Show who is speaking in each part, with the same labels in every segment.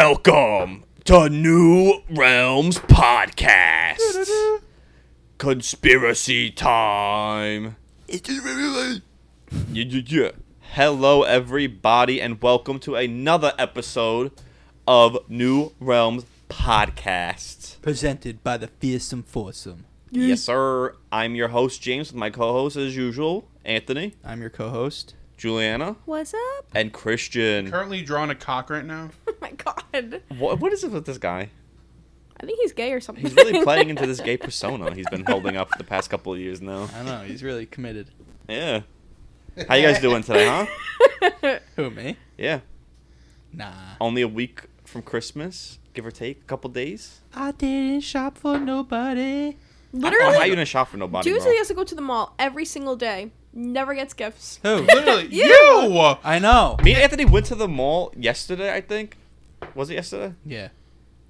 Speaker 1: Welcome to New Realms Podcast. Conspiracy time. Yeah, yeah, yeah. Hello, everybody, and welcome to another episode of New Realms Podcast.
Speaker 2: presented by the fearsome foursome.
Speaker 1: Yes, sir. I'm your host, James, with my co host, as usual, Anthony,
Speaker 2: I'm your co-host.
Speaker 1: Juliana,
Speaker 3: What's up?
Speaker 1: and Christian.
Speaker 4: currently drawing a cock right now.
Speaker 3: Oh my god.
Speaker 1: What, what is it with this guy?
Speaker 3: I think he's gay or something.
Speaker 1: He's really playing into this gay persona he's been holding up for the past couple of years now.
Speaker 2: I know he's really committed.
Speaker 1: Yeah. How you guys doing today, huh?
Speaker 2: Who me?
Speaker 1: Yeah.
Speaker 2: Nah.
Speaker 1: Only a week from Christmas, give or take, a couple days.
Speaker 2: I didn't shop for nobody.
Speaker 1: Oh, how you
Speaker 3: Literally,
Speaker 1: gonna shop for nobody,
Speaker 3: Julie
Speaker 1: bro?
Speaker 3: said he has to go to the mall every single day. Never gets gifts.
Speaker 2: Who?
Speaker 4: Literally,
Speaker 3: You!
Speaker 4: you.
Speaker 2: I know.
Speaker 1: Me and Anthony went to the mall yesterday, I think. Was it yesterday?
Speaker 2: Yeah.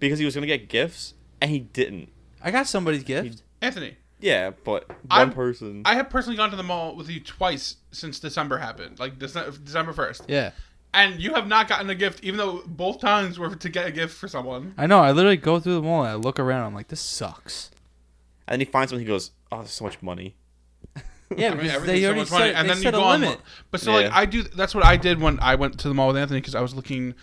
Speaker 1: Because he was gonna get gifts, and he didn't.
Speaker 2: I got somebody's gift.
Speaker 4: Anthony.
Speaker 1: Yeah, but one
Speaker 4: I'm-
Speaker 1: person.
Speaker 4: I have personally gone to the mall with you twice since December happened, like Dece- December first,
Speaker 2: Yeah.
Speaker 4: and you have not gotten a gift, even though both times were to get a gift for someone.
Speaker 2: I know. I literally go through the mall and I look around. I'm like, this sucks.
Speaker 1: and then he finds something. He goes, "Oh, there's so much money."
Speaker 2: Yeah,
Speaker 4: I mean,
Speaker 2: because
Speaker 4: everything's
Speaker 2: they
Speaker 4: so
Speaker 2: already
Speaker 4: much money,
Speaker 2: said,
Speaker 4: and
Speaker 2: they
Speaker 4: then you
Speaker 2: set
Speaker 4: go
Speaker 2: a
Speaker 4: on.
Speaker 2: limit.
Speaker 4: But so, like,
Speaker 1: Yeah.
Speaker 4: I do. That's what I did when I went to the mall with Anthony because I was looking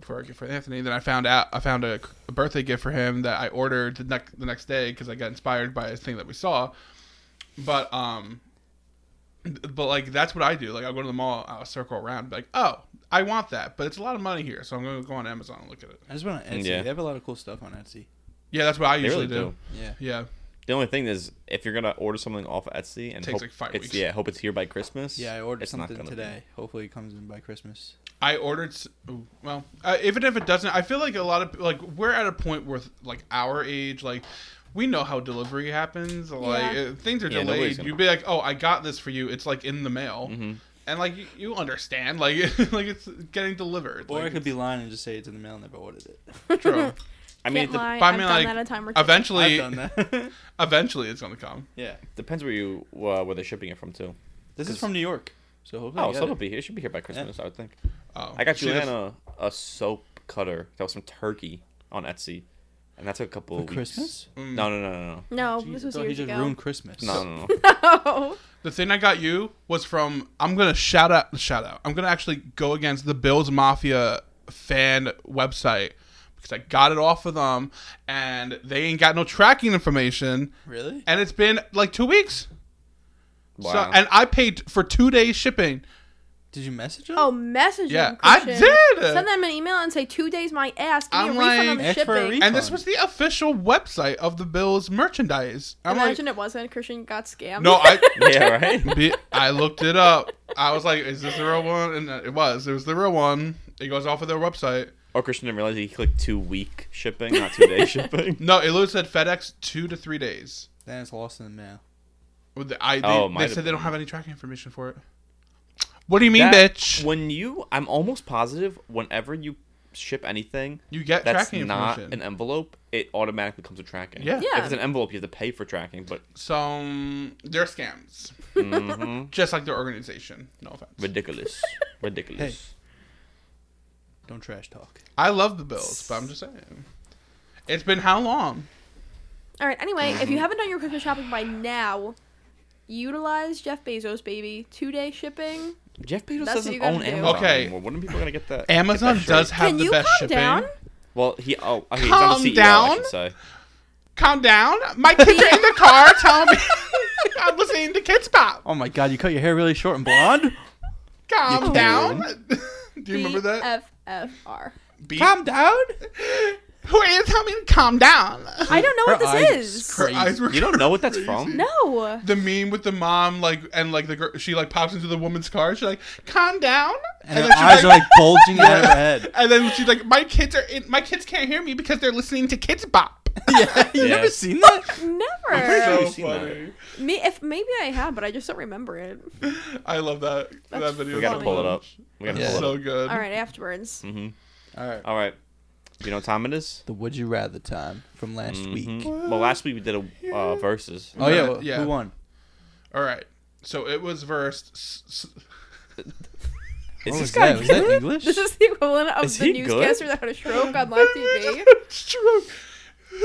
Speaker 4: for a gift for Anthony. Then I found out I found a, a birthday gift for him that I ordered the next the next day because I got inspired by a thing that we saw. But um, but like that's what I do. Like I'll go to the mall, I'll circle around, be like, oh, I want that, but it's a lot of money here, so I'm gonna go on Amazon and look at it.
Speaker 2: I just went on Etsy.
Speaker 1: Yeah.
Speaker 2: They have a lot of cool stuff on Etsy.
Speaker 4: Yeah, that's what I
Speaker 1: They
Speaker 4: usually
Speaker 1: really do.
Speaker 4: do.
Speaker 2: Yeah.
Speaker 4: Yeah,
Speaker 1: The only thing is, if you're gonna order something off Etsy and
Speaker 4: Takes
Speaker 1: hope
Speaker 4: like five
Speaker 1: it's,
Speaker 4: weeks.
Speaker 1: yeah, hope it's here by Christmas.
Speaker 2: Yeah, I ordered
Speaker 1: it's not
Speaker 2: something
Speaker 1: gonna be.
Speaker 2: today. Hopefully it comes in by Christmas.
Speaker 4: I ordered. s- ooh, Well, uh, even if it doesn't, I feel like a lot of like we're at a point where like our age, like we know how delivery happens. Like
Speaker 3: Yeah.
Speaker 4: uh, things are
Speaker 1: Yeah, nobody's
Speaker 4: delayed.
Speaker 1: gonna-
Speaker 4: You'd be like, "Oh, I got this for you. It's like in the mail,"
Speaker 1: Mm-hmm.
Speaker 4: and like you, you understand, like like it's getting delivered.
Speaker 2: Or
Speaker 4: like,
Speaker 2: I could be lying and just say it's in the mail and never ordered it.
Speaker 4: it's true.
Speaker 1: I mean,
Speaker 3: Can't
Speaker 1: it de-
Speaker 3: lie.
Speaker 4: but I
Speaker 3: I've
Speaker 4: mean,
Speaker 3: done
Speaker 4: like,
Speaker 3: that a time or two.
Speaker 2: I've
Speaker 4: eventually,
Speaker 2: done that.
Speaker 4: eventually, it's gonna come.
Speaker 2: yeah.
Speaker 1: depends where you uh, where they're shipping it from too.
Speaker 2: This is
Speaker 1: 'Cause-
Speaker 2: from New York. So hopefully.
Speaker 1: Oh, so
Speaker 2: I
Speaker 4: uh,
Speaker 2: got
Speaker 1: it'll
Speaker 2: it.
Speaker 1: be here. It should be here by Christmas, I would think.
Speaker 4: Oh,
Speaker 1: I got
Speaker 4: See, that's-
Speaker 1: Juliana a soap cutter that was from Turkey on Etsy, and that took a couple of weeks.
Speaker 2: Christmas?
Speaker 4: Mm.
Speaker 1: No, no, no, no, no.
Speaker 2: Jeez,
Speaker 3: No, Oh, this
Speaker 2: I
Speaker 3: was
Speaker 2: thought he
Speaker 3: years
Speaker 2: just
Speaker 3: ago.
Speaker 2: ruined Christmas.
Speaker 1: No, no, no.
Speaker 3: No.
Speaker 4: The thing I got you was from I'm gonna shout out shout out. I'm gonna actually go against the Bills Mafia fan website because I got it off of them and they ain't got no tracking information
Speaker 2: Really?
Speaker 4: and it's been like two weeks.
Speaker 1: Wow.
Speaker 4: So and I paid for two days shipping.
Speaker 2: Did you message him?
Speaker 3: Oh, message
Speaker 4: Yeah,
Speaker 3: him,
Speaker 4: I
Speaker 3: Christian.
Speaker 4: did.
Speaker 3: Send them an email and say two days my ass. Give me a
Speaker 4: I'm
Speaker 3: refund on
Speaker 4: like-
Speaker 3: the
Speaker 2: Ask for a
Speaker 3: shipping.
Speaker 2: refund.
Speaker 4: And this was the official website of the Bills merchandise. I'm
Speaker 3: Imagine it wasn't. Christian got scammed.
Speaker 4: like, no, I
Speaker 1: yeah, right.
Speaker 4: Be- I looked it up. I was like, is this the real one? And it was. It was the real one. It goes off of their website.
Speaker 1: Or Oh, Christian didn't realize he clicked two week shipping, not two day shipping.
Speaker 4: No, it literally said FedEx two to three days.
Speaker 2: Then it's lost in the mail.
Speaker 4: With the, I, they,
Speaker 1: Oh,
Speaker 4: they
Speaker 1: might have
Speaker 4: said they don't
Speaker 1: been.
Speaker 4: have any tracking information for it. What do you mean,
Speaker 1: That-
Speaker 4: bitch?
Speaker 1: When you, I'm almost positive. Whenever you ship anything,
Speaker 4: You get
Speaker 1: that's
Speaker 4: tracking
Speaker 1: not
Speaker 4: information.
Speaker 1: an envelope. It automatically comes with tracking.
Speaker 4: Yeah.
Speaker 3: Yeah.
Speaker 1: If it's an envelope, you have to pay for tracking. But
Speaker 4: so um, they're scams,
Speaker 1: mhm,
Speaker 4: just like their organization. No offense.
Speaker 1: ridiculous, ridiculous.
Speaker 2: Don't trash talk.
Speaker 4: I love the Bills, but I'm just saying. It's been how long?
Speaker 3: All right. Anyway, if you haven't done your Christmas shopping by now, utilize Jeff Bezos, baby. Two day shipping.
Speaker 1: Jeff Bezos
Speaker 3: That's what you
Speaker 1: doesn't
Speaker 3: gotta
Speaker 1: own
Speaker 3: do.
Speaker 1: Amazon
Speaker 4: Okay.
Speaker 1: anymore. When are people gonna get that? get that
Speaker 4: Amazon
Speaker 1: shirt?
Speaker 4: does have
Speaker 3: Can
Speaker 4: the
Speaker 3: you
Speaker 4: best
Speaker 3: calm
Speaker 4: shipping.
Speaker 3: down?
Speaker 1: Well, he oh okay, he's not
Speaker 4: Calm
Speaker 1: the CEO. I
Speaker 4: down.
Speaker 1: should say.
Speaker 4: Calm down. My kids are in the car telling me I'm listening to Kids Pop.
Speaker 2: Oh my god, you cut your hair really short and blonde?
Speaker 4: Calm
Speaker 2: You
Speaker 4: down. do you remember that?
Speaker 3: BFFR.
Speaker 4: Beat.
Speaker 2: Calm down?
Speaker 4: Who are tell me to calm down?
Speaker 3: I don't know
Speaker 2: Her
Speaker 3: what this
Speaker 2: eyes
Speaker 3: is.
Speaker 2: scra-
Speaker 4: Her eyes were
Speaker 1: You don't know what that's from?
Speaker 3: no.
Speaker 4: the meme with the mom like and like the girl she like pops into the woman's car she's like calm down
Speaker 2: And, her eyes are like bulging out of her head.
Speaker 4: and then she's like my kids are in, my kids can't hear me because they're listening to kids bop
Speaker 2: Yeah, you
Speaker 1: Yeah.
Speaker 2: never seen that?
Speaker 1: pretty sure
Speaker 3: Never.
Speaker 1: you've seen that.
Speaker 3: Me, if maybe I have, but I just don't remember it.
Speaker 4: i love that that
Speaker 3: That's
Speaker 4: video
Speaker 1: We gotta
Speaker 3: funny.
Speaker 1: pull it up. We gotta
Speaker 2: Yeah.
Speaker 1: pull it
Speaker 4: so
Speaker 1: up.
Speaker 4: good
Speaker 3: All right, afterwards.
Speaker 2: Alright.
Speaker 1: All right. You know what time it is?
Speaker 2: The Would You Rather time from last
Speaker 1: Mhm.
Speaker 2: week.
Speaker 1: Well, last week we did a uh, versus.
Speaker 2: Oh Mm-hmm. yeah,
Speaker 4: Yeah,
Speaker 2: well,
Speaker 4: yeah.
Speaker 2: who won?
Speaker 4: all right so it was versed s- s-
Speaker 1: Is
Speaker 2: What
Speaker 1: this
Speaker 2: was
Speaker 1: guy
Speaker 2: that? Was that
Speaker 1: good?
Speaker 2: English?
Speaker 3: This is the equivalent of
Speaker 1: Is
Speaker 3: the
Speaker 1: he good?
Speaker 3: newscaster that had a stroke on live TV.
Speaker 4: Stroke.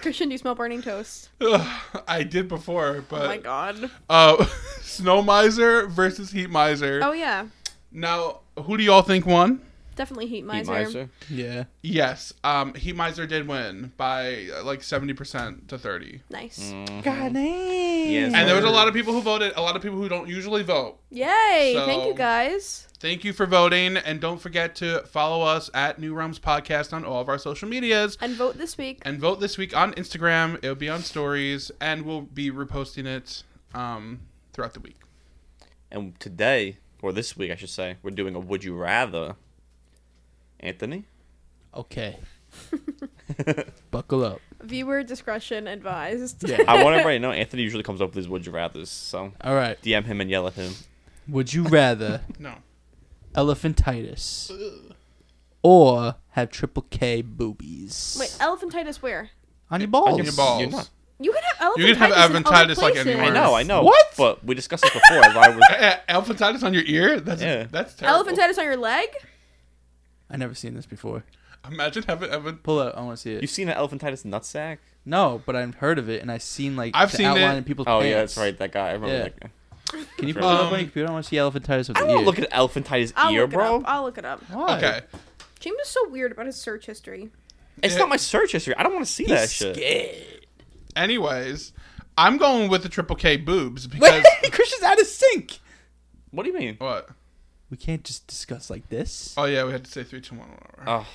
Speaker 3: Christian, do you smell burning toast?
Speaker 4: Ugh, I did before,
Speaker 3: oh my
Speaker 4: but
Speaker 3: god.
Speaker 4: uh, snow miser versus heat miser.
Speaker 3: Oh yeah,
Speaker 4: Now, who do y'all think won?
Speaker 3: definitely heat
Speaker 1: Heat
Speaker 3: miser.
Speaker 1: miser.
Speaker 2: yeah.
Speaker 4: Yes, um, heat miser did win by uh, like seventy percent to thirty,
Speaker 3: Nice.
Speaker 2: God
Speaker 1: Yes.
Speaker 4: and there was a lot of people who voted. A lot of people who don't usually vote.
Speaker 3: Yay! Thank you
Speaker 4: So-
Speaker 3: guys.
Speaker 4: Thank you for voting, and don't forget to follow us at New Realms Podcast on all of our social medias.
Speaker 3: And vote this week.
Speaker 4: And vote this week on Instagram. It'll be on stories, and we'll be reposting it um, throughout the week.
Speaker 1: And today, or this week, I should say, we're doing a Would You Rather. Anthony?
Speaker 2: Okay. Buckle up.
Speaker 3: Viewer discretion advised.
Speaker 2: Yeah.
Speaker 1: I want everybody to know Anthony usually comes up with these Would You Rathers, so
Speaker 2: All right.
Speaker 1: DM him and yell at him.
Speaker 2: Would you rather
Speaker 4: No.
Speaker 2: elephantitis or have triple K boobies?
Speaker 3: Wait, elephantitis where?
Speaker 2: on your balls.
Speaker 4: On your balls.
Speaker 1: You're not-
Speaker 3: You can have elephantitis.
Speaker 4: You can have
Speaker 3: in other
Speaker 4: elephantitis, like,
Speaker 3: places.
Speaker 1: I
Speaker 4: anywhere.
Speaker 1: know, I know.
Speaker 2: What?
Speaker 1: But we discussed this before. As I was,
Speaker 4: Eh, Elephantitis on your ear? That's
Speaker 1: Yeah.
Speaker 4: that's terrible.
Speaker 3: Elephantitis on your leg?
Speaker 2: I never seen this before.
Speaker 4: Imagine having elephantitis.
Speaker 2: Pull up. I want to see it.
Speaker 1: you've seen an elephantitis nutsack?
Speaker 2: no, but I've heard of it, and I've seen like
Speaker 4: I've
Speaker 2: the
Speaker 4: seen
Speaker 2: outline
Speaker 4: it.
Speaker 2: in people's
Speaker 1: Oh,
Speaker 2: pants.
Speaker 1: yeah, that's right. That guy. I remember
Speaker 2: Yeah.
Speaker 1: that guy.
Speaker 2: Can you
Speaker 1: That's
Speaker 2: pull it up
Speaker 4: right.
Speaker 2: on your computer? I want to see elephantitis of
Speaker 1: I
Speaker 2: the
Speaker 1: don't
Speaker 2: ear.
Speaker 1: look at elephantitis
Speaker 3: I'll
Speaker 1: ear,
Speaker 3: look
Speaker 1: bro.
Speaker 3: it up. I'll look it up.
Speaker 2: Why?
Speaker 4: Okay.
Speaker 3: James is so weird about his search history.
Speaker 1: It's not my search history. I don't want to see that shit.
Speaker 2: scared.
Speaker 4: Anyways, I'm going with the triple K boobs because
Speaker 2: Wait, Christian's out of sync.
Speaker 1: What do you mean?
Speaker 4: what?
Speaker 2: We can't just discuss like this.
Speaker 4: Oh yeah, we had to say three, two, one. Whatever.
Speaker 1: Oh,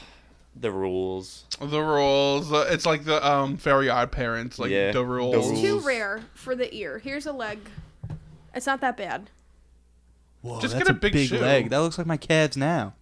Speaker 1: the rules.
Speaker 4: the rules. uh, It's like the um fairy odd parents. Like
Speaker 1: Yeah,
Speaker 4: the
Speaker 1: the
Speaker 4: rules.
Speaker 1: rules.
Speaker 3: Too
Speaker 1: Oof.
Speaker 3: rare for the ear. Here's a leg. It's not that bad.
Speaker 2: Whoa,
Speaker 4: Just
Speaker 2: that's
Speaker 4: get a
Speaker 2: a
Speaker 4: big
Speaker 2: big,
Speaker 4: shoe.
Speaker 2: leg. That looks like my calves now.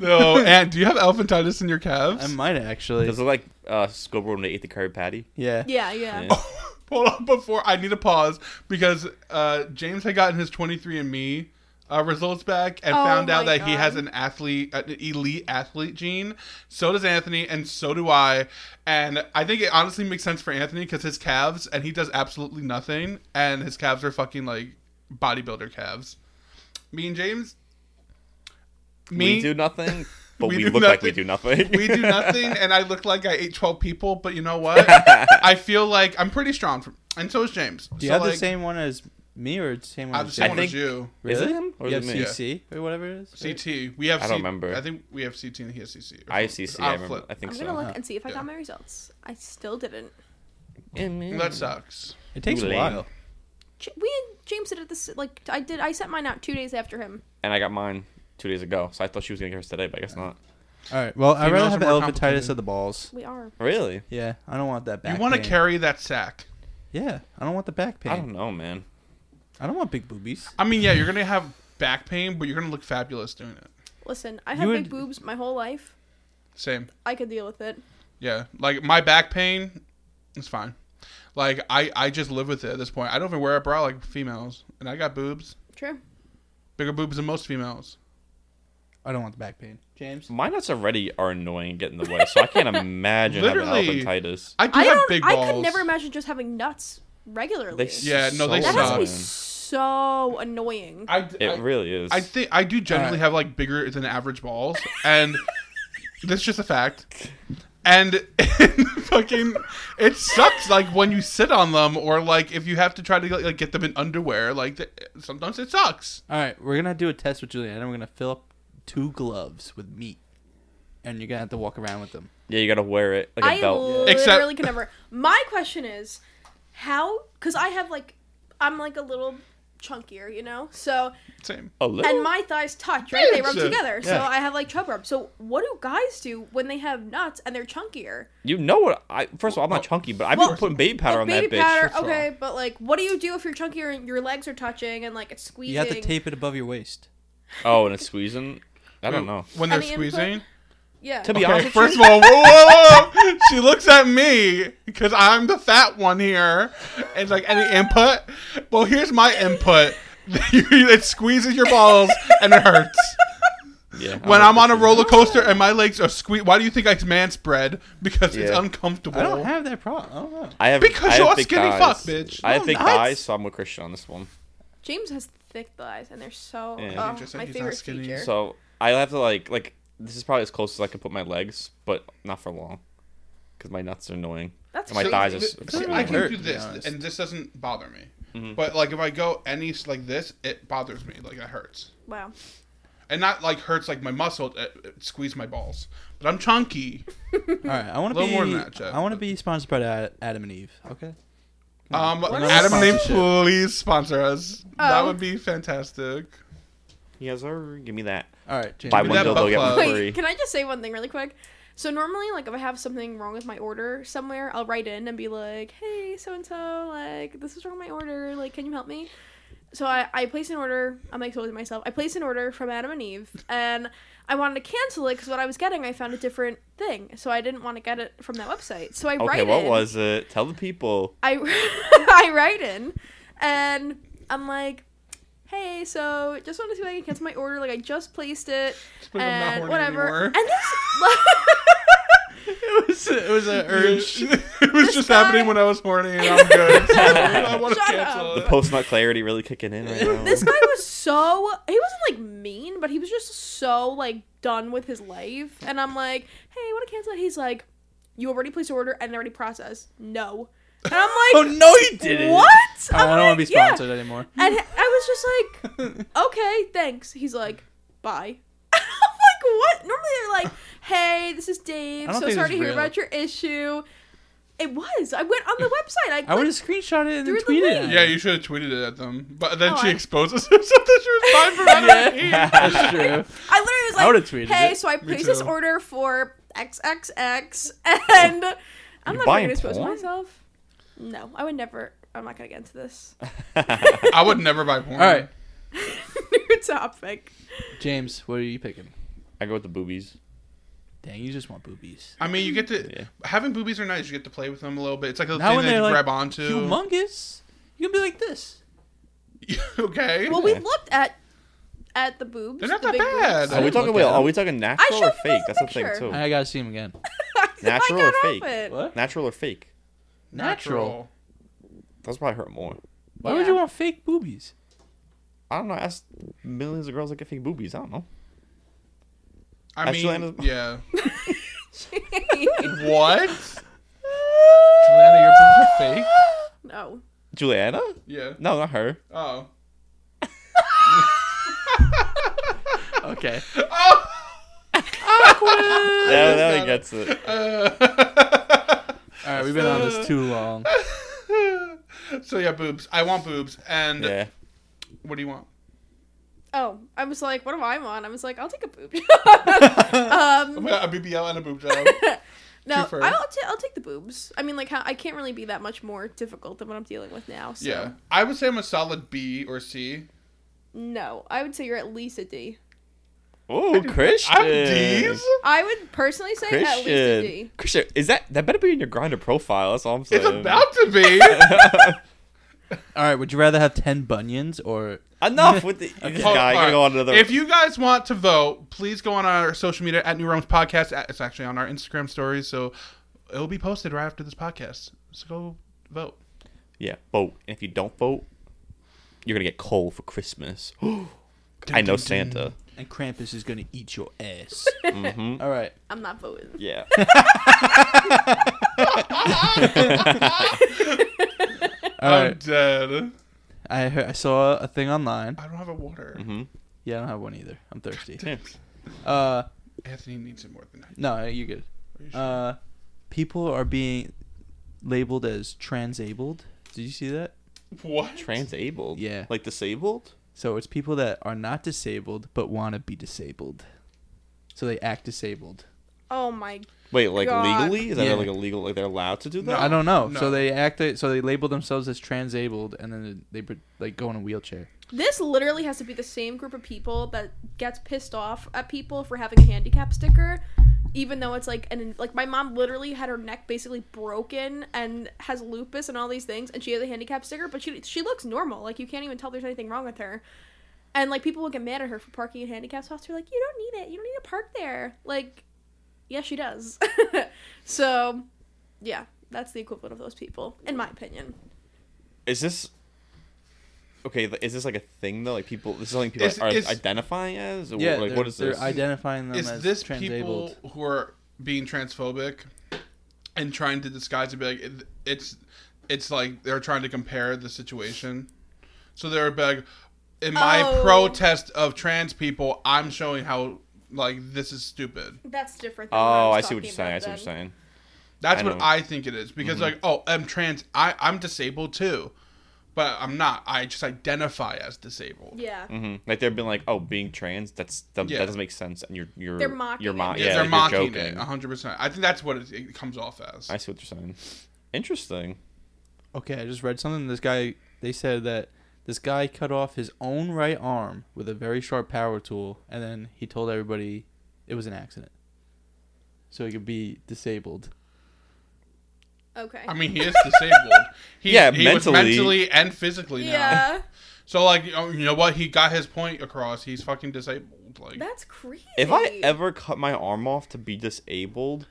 Speaker 4: no, and do you have elephantitis in your calves?
Speaker 2: I might actually.
Speaker 1: Does it look like uh, Squidward when they ate the curry patty?
Speaker 2: Yeah.
Speaker 3: Yeah, yeah.
Speaker 1: Yeah.
Speaker 4: Hold on, before I need a pause because uh, James had gotten his 23andMe uh, results back and
Speaker 3: Oh
Speaker 4: found out
Speaker 3: my
Speaker 4: that he
Speaker 3: God.
Speaker 4: has an athlete, an elite athlete gene. So does Anthony, and so do I. And I think it honestly makes sense for Anthony because his calves, and he does absolutely nothing, and his calves are fucking like bodybuilder calves. Me and James, me,
Speaker 1: We do nothing, but
Speaker 4: We
Speaker 1: we,
Speaker 4: do
Speaker 1: look like we
Speaker 4: nothing.
Speaker 1: do nothing.
Speaker 4: we do nothing and i look like i ate 12 people but you know what i feel like i'm pretty strong for, and so is james
Speaker 2: Do you
Speaker 4: so
Speaker 2: have
Speaker 4: like,
Speaker 2: the same one as me or the same one?
Speaker 4: i have the
Speaker 2: as
Speaker 4: same
Speaker 2: James?
Speaker 4: one
Speaker 1: think-
Speaker 4: as you
Speaker 1: Is
Speaker 2: Really?
Speaker 1: it him or
Speaker 2: you
Speaker 1: is
Speaker 2: have
Speaker 1: it me?
Speaker 2: CC or whatever it is. right?
Speaker 4: ct we have
Speaker 1: I don't
Speaker 4: C-
Speaker 1: remember.
Speaker 4: i think we have ct and he has cc or
Speaker 1: I have
Speaker 4: something.
Speaker 1: CC. I
Speaker 4: I'll
Speaker 1: remember.
Speaker 4: flip.
Speaker 1: I think
Speaker 3: I'm
Speaker 1: so.
Speaker 3: gonna look and see if I
Speaker 4: Yeah.
Speaker 3: got my results. I still didn't.
Speaker 4: that sucks
Speaker 2: It takes
Speaker 1: Too
Speaker 2: a
Speaker 1: lame.
Speaker 2: while.
Speaker 3: J- we and James did it this like I did. I sent mine out two days after him.
Speaker 1: And I got mine two days ago, so I thought she was gonna get hers today, but I guess not.
Speaker 2: All right. Well, I'd rather
Speaker 4: Females
Speaker 2: have
Speaker 4: are more complicated.
Speaker 2: elephantitis of the balls.
Speaker 3: We are.
Speaker 1: Really?
Speaker 2: Yeah, I don't want that back.
Speaker 4: you want to
Speaker 2: pain.
Speaker 4: carry that sack
Speaker 2: Yeah, I don't want the back pain.
Speaker 1: I don't know, man.
Speaker 2: want big boobies.
Speaker 4: i mean yeah you're gonna have back pain but you're gonna look fabulous doing it
Speaker 3: Listen, I
Speaker 2: You
Speaker 3: had big
Speaker 2: would-
Speaker 3: boobs my whole life.
Speaker 4: same
Speaker 3: I could deal with it.
Speaker 4: yeah like my back pain is fine like i i just live with it at this point i don't even wear a bra like females and i got boobs
Speaker 3: True.
Speaker 4: bigger boobs than most females
Speaker 2: I don't want the back pain. James.
Speaker 1: My nuts already are annoying and get in the way, so I can't imagine having
Speaker 4: Literally.
Speaker 1: elephantitis.
Speaker 4: I do
Speaker 3: I
Speaker 4: have
Speaker 3: don't.
Speaker 4: big
Speaker 3: I
Speaker 4: balls.
Speaker 3: could never imagine just having nuts regularly.
Speaker 1: They
Speaker 4: Yeah, no, they
Speaker 3: that has to be
Speaker 1: suck.
Speaker 3: so annoying.
Speaker 4: I,
Speaker 1: It
Speaker 4: I,
Speaker 1: really is.
Speaker 4: I think I do generally
Speaker 2: Alright.
Speaker 4: have like bigger than average balls, and that's just a fact. And, fucking, it sucks like when you sit on them or like if you have to try to like get them in underwear. Like th- sometimes it sucks.
Speaker 2: All right, we're gonna do a test with Julian, and we're gonna fill up two gloves with meat, and you're gonna have to walk around with them.
Speaker 1: yeah, you gotta wear it like a
Speaker 3: I
Speaker 1: belt.
Speaker 3: literally
Speaker 4: Except-
Speaker 3: can never. My question is, how? Because I have like, I'm like a little chunkier, you know. So
Speaker 4: Same.
Speaker 1: A little.
Speaker 3: and my thighs touch, right? They rub
Speaker 4: Yeah.
Speaker 3: together, so
Speaker 2: Yeah.
Speaker 3: I have like chub rub. So what do guys do when they have nuts and they're chunkier?
Speaker 1: you know what? I first of all, I'm not chunky, but I've
Speaker 3: Well,
Speaker 1: been putting baby powder
Speaker 3: Like,
Speaker 1: on
Speaker 3: baby
Speaker 1: that bitch.
Speaker 3: powder,
Speaker 4: that's
Speaker 3: okay, but like, what do you do if you're chunkier and your legs are touching and like it's squeezing?
Speaker 2: You have to tape it above your waist.
Speaker 1: Oh, and it's squeezing. I don't know.
Speaker 4: when they're
Speaker 3: Any input?
Speaker 4: squeezing.
Speaker 3: Yeah.
Speaker 1: To be
Speaker 4: Okay,
Speaker 1: honest, with
Speaker 4: first
Speaker 1: you-
Speaker 4: of all, whoa, whoa, whoa, whoa. she looks at me because I'm the fat one here. It's like any input. Well, here's my input. it squeezes your balls and it hurts.
Speaker 1: yeah,
Speaker 4: when I'm on a
Speaker 1: interested.
Speaker 4: roller coaster and my legs are squeezed, why do you think I man spread? Because it's
Speaker 1: Yeah.
Speaker 4: uncomfortable.
Speaker 2: I don't have that problem. I don't know.
Speaker 1: I have
Speaker 4: Because
Speaker 1: I have
Speaker 4: you're a
Speaker 1: big
Speaker 4: skinny
Speaker 1: thighs.
Speaker 4: fuck, bitch.
Speaker 1: I have
Speaker 2: No,
Speaker 1: big
Speaker 2: nuts.
Speaker 1: thighs, so I'm with Christian on this one.
Speaker 3: James has thick thighs, and they're so
Speaker 1: Yeah.
Speaker 3: oh,
Speaker 4: Interesting,
Speaker 3: my
Speaker 4: he's not
Speaker 3: favorite
Speaker 4: skinny.
Speaker 3: feature.
Speaker 1: So I have to like like this is probably as close as I can put my legs, but not for long, because my nuts are annoying.
Speaker 3: That's
Speaker 1: my
Speaker 3: crazy.
Speaker 1: thighs are-
Speaker 4: th- th-
Speaker 1: fucking
Speaker 4: I can
Speaker 2: hurt,
Speaker 4: do
Speaker 2: to be
Speaker 4: this,
Speaker 2: honest.
Speaker 4: and this doesn't bother me.
Speaker 1: Mm-hmm.
Speaker 4: But like if I go any s- like this, it bothers me. Like it hurts,
Speaker 3: Wow.
Speaker 4: and not like hurts like my muscle. It, it squeezed my balls, but I'm chunky.
Speaker 2: All right, I want to
Speaker 4: Little
Speaker 2: be.
Speaker 4: more than that, Chad,
Speaker 2: I want to
Speaker 4: but-
Speaker 2: be sponsored by Ad- Adam and Eve. Okay.
Speaker 1: Mm.
Speaker 4: Um,
Speaker 2: not
Speaker 4: Adam and Eve,
Speaker 2: sponsorship.
Speaker 4: please sponsor us. That
Speaker 3: Oh.
Speaker 4: would be fantastic.
Speaker 1: Yes, sir. Give me that.
Speaker 2: All right, James.
Speaker 1: Buy
Speaker 4: me
Speaker 1: one
Speaker 4: that
Speaker 1: dildo,
Speaker 4: butt
Speaker 1: get
Speaker 4: plug.
Speaker 1: one
Speaker 3: Wait,
Speaker 1: free.
Speaker 3: can I just say one thing really quick? So normally, like, if I have something wrong with my order somewhere, I'll write in and be like, "Hey, so and so, like, this is wrong with my order. Like, can you help me?" So I, I place an order. I'm like totally myself. I place an order from Adam and Eve, and I wanted to cancel it because what I was getting, I found a different thing, so I didn't want to get it from that website. So I
Speaker 1: Okay,
Speaker 3: write
Speaker 1: what
Speaker 3: in.
Speaker 1: was it? Tell the people.
Speaker 3: I I write in, and I'm like, "Hey, so just want to see if I can cancel my order. Like, I just placed it,
Speaker 4: like, I'm not
Speaker 3: and
Speaker 4: horny
Speaker 3: whatever."
Speaker 4: anymore.
Speaker 3: And this,
Speaker 2: It was it was an urge.
Speaker 4: it was just
Speaker 3: guy-
Speaker 4: happening when I was horny, and I'm good. I want to
Speaker 3: Shut
Speaker 4: cancel
Speaker 3: up.
Speaker 1: The
Speaker 4: it.
Speaker 1: post nut clarity really kicking in right now.
Speaker 3: this guy was so he wasn't like mean, but he was just so like done with his life. And I'm like, "Hey, want to cancel it?" He's like, "You already placed your order and already processed. No." And I'm like,
Speaker 2: oh no, you didn't. All
Speaker 3: What?
Speaker 2: right, I
Speaker 3: I'm
Speaker 2: don't want to be
Speaker 3: like, "Yeah."
Speaker 2: sponsored anymore.
Speaker 3: And I was just like, okay, thanks. He's like, bye. I'm like, what? Normally they're like, hey, this is Dave.
Speaker 2: I don't
Speaker 3: So
Speaker 2: think
Speaker 3: sorry to
Speaker 2: this is
Speaker 3: hear
Speaker 2: real.
Speaker 3: about your issue. It was. I went on the website. I,
Speaker 2: I would have
Speaker 3: clicked-
Speaker 2: screenshot it and then
Speaker 3: Through the
Speaker 2: tweeted it.
Speaker 3: link.
Speaker 4: Yeah, you should have tweeted it at them. But then
Speaker 3: Oh,
Speaker 4: she
Speaker 3: I-
Speaker 4: exposes herself that she was fine for Adam and Eve.
Speaker 2: That's true.
Speaker 3: I literally
Speaker 2: I
Speaker 3: was like,
Speaker 2: would've tweeted
Speaker 3: hey,
Speaker 2: it.
Speaker 3: so I
Speaker 4: Me
Speaker 3: placed this
Speaker 4: too.
Speaker 3: order for XXX and I'm
Speaker 1: You
Speaker 3: not
Speaker 1: buying
Speaker 3: going to expose
Speaker 1: porn?
Speaker 3: myself. No, I would never. I'm not going to get into this
Speaker 4: I would never buy porn.
Speaker 2: All right,
Speaker 3: new topic.
Speaker 2: James, what are you picking?
Speaker 1: I go with the boobies.
Speaker 2: Dang, you just want boobies.
Speaker 4: I mean, you get to
Speaker 1: Yeah.
Speaker 4: having boobies are nice. You get to play with them a little bit. It's like a
Speaker 2: Now
Speaker 4: thing
Speaker 2: when
Speaker 4: that you
Speaker 2: they're like
Speaker 4: grab onto.
Speaker 2: Humongous. You can be like this.
Speaker 4: okay.
Speaker 3: Well, we
Speaker 1: Okay.
Speaker 3: looked at at the boobs.
Speaker 4: They're not
Speaker 3: the
Speaker 4: that
Speaker 3: big boobs.
Speaker 4: bad.
Speaker 1: Are we
Speaker 2: didn't
Speaker 1: talking
Speaker 2: look
Speaker 1: about?
Speaker 2: at
Speaker 1: Are
Speaker 2: them.
Speaker 1: we talking natural or
Speaker 3: showed you guys
Speaker 1: fake?
Speaker 3: a
Speaker 1: that's the thing
Speaker 3: picture.
Speaker 1: too.
Speaker 2: I gotta see him again.
Speaker 1: Natural
Speaker 3: I
Speaker 1: or
Speaker 3: got
Speaker 1: fake?
Speaker 3: off it.
Speaker 2: What?
Speaker 1: Natural or fake?
Speaker 2: Natural.
Speaker 1: That's probably hurt more.
Speaker 2: Why would
Speaker 3: Yeah.
Speaker 2: you want fake boobies?
Speaker 1: I don't know. Ask millions of girls that get fake boobies. I don't know.
Speaker 4: I mean,
Speaker 1: Actually, I'm-
Speaker 4: yeah.
Speaker 3: Jeez.
Speaker 4: what? Joanna, your boobs are fake.
Speaker 3: no.
Speaker 1: Juliana?
Speaker 4: Yeah.
Speaker 1: No, not her.
Speaker 4: Oh.
Speaker 2: Okay.
Speaker 4: Oh.
Speaker 1: Yeah, that
Speaker 4: not
Speaker 1: one gets it.
Speaker 4: Uh,
Speaker 2: All right, we've been on this too long.
Speaker 4: so yeah, boobs. I want boobs. And
Speaker 1: Yeah.
Speaker 4: what do you want?
Speaker 3: Oh, I was like, what do I want? I was like, I'll take a boob job.
Speaker 4: A
Speaker 3: um,
Speaker 4: BBL and a boob job.
Speaker 3: no,
Speaker 4: Twofer.
Speaker 3: I'll, t- I'll take the boobs. I mean, like, how- I can't really be that much more difficult than what I'm dealing with now. So.
Speaker 4: Yeah, I would say I'm a solid B or C.
Speaker 3: No, I would say you're at least a D.
Speaker 1: Oh, Christian.
Speaker 4: I'm D's.
Speaker 3: I would personally say at least a
Speaker 1: Christian.
Speaker 3: D.
Speaker 1: Christian, is that that better be in your grinder profile? That's all I'm saying.
Speaker 4: It's about to be.
Speaker 2: All right, would you rather have ten bunions or
Speaker 1: enough with the this
Speaker 4: Hold-
Speaker 1: guy. I
Speaker 4: alright.
Speaker 1: gotta go on to another.
Speaker 4: If you guys want to vote, please go on our social media at New Realms Podcast. At- It's actually on our Instagram stories, so it'll be posted right after this podcast. So go vote.
Speaker 1: yeah, vote. And if you don't vote, you're gonna get coal for Christmas. I know Santa.
Speaker 2: and Krampus is gonna eat your ass? All right.
Speaker 3: I'm not voting.
Speaker 1: Yeah.
Speaker 2: All
Speaker 4: I'm
Speaker 2: right.
Speaker 4: dead.
Speaker 2: I heard, I saw a thing online.
Speaker 4: I don't have a water.
Speaker 2: Yeah, I don't have one either. I'm thirsty.
Speaker 1: Damn.
Speaker 2: Uh,
Speaker 4: Anthony needs it more than I.
Speaker 2: no, you're good.
Speaker 4: Are you sure?
Speaker 2: Uh, people are being labeled as transabled. Did you see that?
Speaker 4: what?
Speaker 1: Transabled.
Speaker 2: Yeah.
Speaker 1: Like disabled.
Speaker 2: So it's people that are not disabled but want to be disabled. So they act disabled.
Speaker 3: Oh my.
Speaker 1: Wait, like
Speaker 3: God.
Speaker 1: legally? Is that
Speaker 2: Yeah.
Speaker 1: like illegal? Like they're allowed to do
Speaker 4: No.
Speaker 1: that?
Speaker 2: I don't know.
Speaker 4: no.
Speaker 2: So they act so they label themselves as transabled and then they pr- like go in a wheelchair.
Speaker 3: This literally has to be the same group of people that gets pissed off at people for having a handicap sticker, even though it's like and like my mom literally had her neck basically broken and has lupus and all these things, and she has a handicap sticker, but she she looks normal. Like you can't even tell there's anything wrong with her. And like people will get mad at her for parking in handicap spots. They're like, you don't need it. You don't need to park there. Like, yeah, she does. so, yeah, that's the equivalent of those people, in my opinion.
Speaker 1: Is this okay, th- is this like a thing though? Like people, this is something people
Speaker 4: It's-
Speaker 1: are
Speaker 4: it's-
Speaker 1: identifying as? Or
Speaker 2: Yeah,
Speaker 1: like
Speaker 2: they're,
Speaker 1: what is
Speaker 2: they're
Speaker 1: this?
Speaker 2: identifying them
Speaker 4: Is
Speaker 2: as
Speaker 4: this
Speaker 2: transabled.
Speaker 4: people who are being transphobic and trying to disguise and be like it- it's it's like they're trying to compare the situation. So they're like, in my
Speaker 3: Oh.
Speaker 4: protest of trans people, I'm showing how like this is stupid.
Speaker 3: That's different. Than
Speaker 1: oh,
Speaker 3: was
Speaker 1: I see what
Speaker 3: talking
Speaker 1: you're saying.
Speaker 3: about
Speaker 1: I see what you're
Speaker 3: then.
Speaker 1: saying.
Speaker 4: That's
Speaker 1: I
Speaker 4: what
Speaker 1: know. Mm-hmm.
Speaker 4: I think it is because like oh I'm trans I I'm disabled too, but I'm not. I just identify as disabled.
Speaker 3: Yeah.
Speaker 1: hmm Like they've been like, oh, being trans, that's that,
Speaker 4: Yeah.
Speaker 1: that doesn't make sense, and you're you're
Speaker 3: They're mocking
Speaker 1: you're mo-
Speaker 3: it.
Speaker 1: yeah,
Speaker 4: they're
Speaker 1: like, you're
Speaker 4: mocking
Speaker 1: joking.
Speaker 4: it Uh-huh. 100. percent I think that's what it, it comes off as.
Speaker 1: I see what you're saying. Interesting.
Speaker 2: Okay, I just read something. This guy, they said that this guy cut off his own right arm with a very sharp power tool, and then he told everybody it was an accident, so he could be disabled.
Speaker 3: Okay.
Speaker 4: I mean, he is disabled. He,
Speaker 1: Yeah,
Speaker 4: he was
Speaker 1: mentally.
Speaker 4: mentally and physically now.
Speaker 3: yeah.
Speaker 4: So like, oh, you know what? He got his point across. He's fucking disabled. Like,
Speaker 3: That's crazy.
Speaker 1: If I ever cut my arm off to be disabled,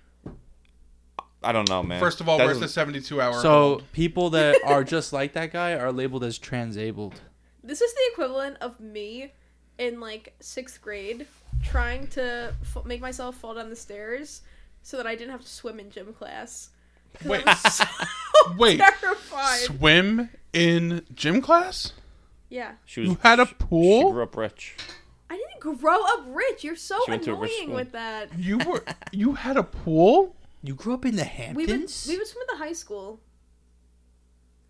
Speaker 1: I don't know, man.
Speaker 4: first of all,
Speaker 1: That
Speaker 4: where's the
Speaker 1: doesn't-
Speaker 4: seventy-two hour?
Speaker 2: So people that are just like that guy are labeled as transabled.
Speaker 3: This is the equivalent of me in like sixth grade trying to f- make myself fall down the stairs so that I didn't have to swim in gym class. 'Cause
Speaker 4: Wait.
Speaker 3: I was so
Speaker 4: Wait.
Speaker 3: terrified.
Speaker 4: swim in gym class?
Speaker 3: yeah.
Speaker 1: she was
Speaker 4: You had a
Speaker 1: she
Speaker 4: pool?
Speaker 1: grew up rich.
Speaker 3: I didn't grow up rich. You're so
Speaker 1: She went to a rich
Speaker 3: annoying
Speaker 1: school.
Speaker 3: with that.
Speaker 4: You were you had a pool?
Speaker 2: You grew up in the
Speaker 3: We would,
Speaker 2: Hamptons.
Speaker 3: we would swim at the high school.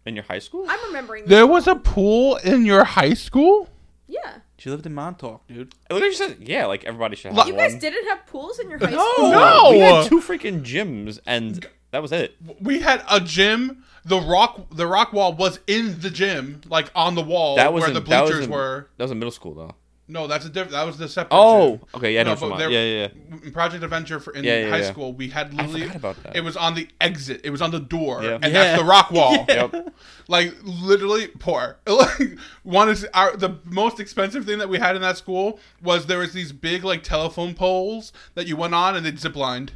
Speaker 1: In your high school?
Speaker 3: I'm remembering this.
Speaker 4: There was a pool in your high school?
Speaker 3: Yeah.
Speaker 2: She lived in Montauk, dude.
Speaker 1: Look at you said, yeah, like everybody should have
Speaker 4: Like-
Speaker 3: You
Speaker 1: one.
Speaker 3: guys didn't have pools in your high
Speaker 1: no,
Speaker 3: school?
Speaker 4: No!
Speaker 1: we had two freaking gyms, and that was it.
Speaker 4: We had a gym. The rock the rock wall was in the gym, like on the wall
Speaker 1: That was
Speaker 4: where
Speaker 1: in,
Speaker 4: the
Speaker 1: that was
Speaker 4: bleachers
Speaker 1: in-
Speaker 4: were.
Speaker 1: That was in middle school though.
Speaker 4: No, that's a different. That was the separate.
Speaker 1: Oh,
Speaker 4: gym.
Speaker 1: okay, yeah, I know
Speaker 4: No,
Speaker 1: what you're
Speaker 4: but
Speaker 1: talking about.
Speaker 4: there-
Speaker 1: yeah, yeah, yeah.
Speaker 4: in Project Adventure for in
Speaker 1: Yeah, yeah,
Speaker 4: high
Speaker 1: yeah.
Speaker 4: school, we had literally
Speaker 1: forgot about that.
Speaker 4: it was on the exit. It was on the door,
Speaker 1: Yeah.
Speaker 4: and that's the rock wall.
Speaker 1: Yep.
Speaker 4: Like literally, poor. Like one is our the most expensive thing that we had in that school was there was these big like telephone poles that you went on and they'd zip lined.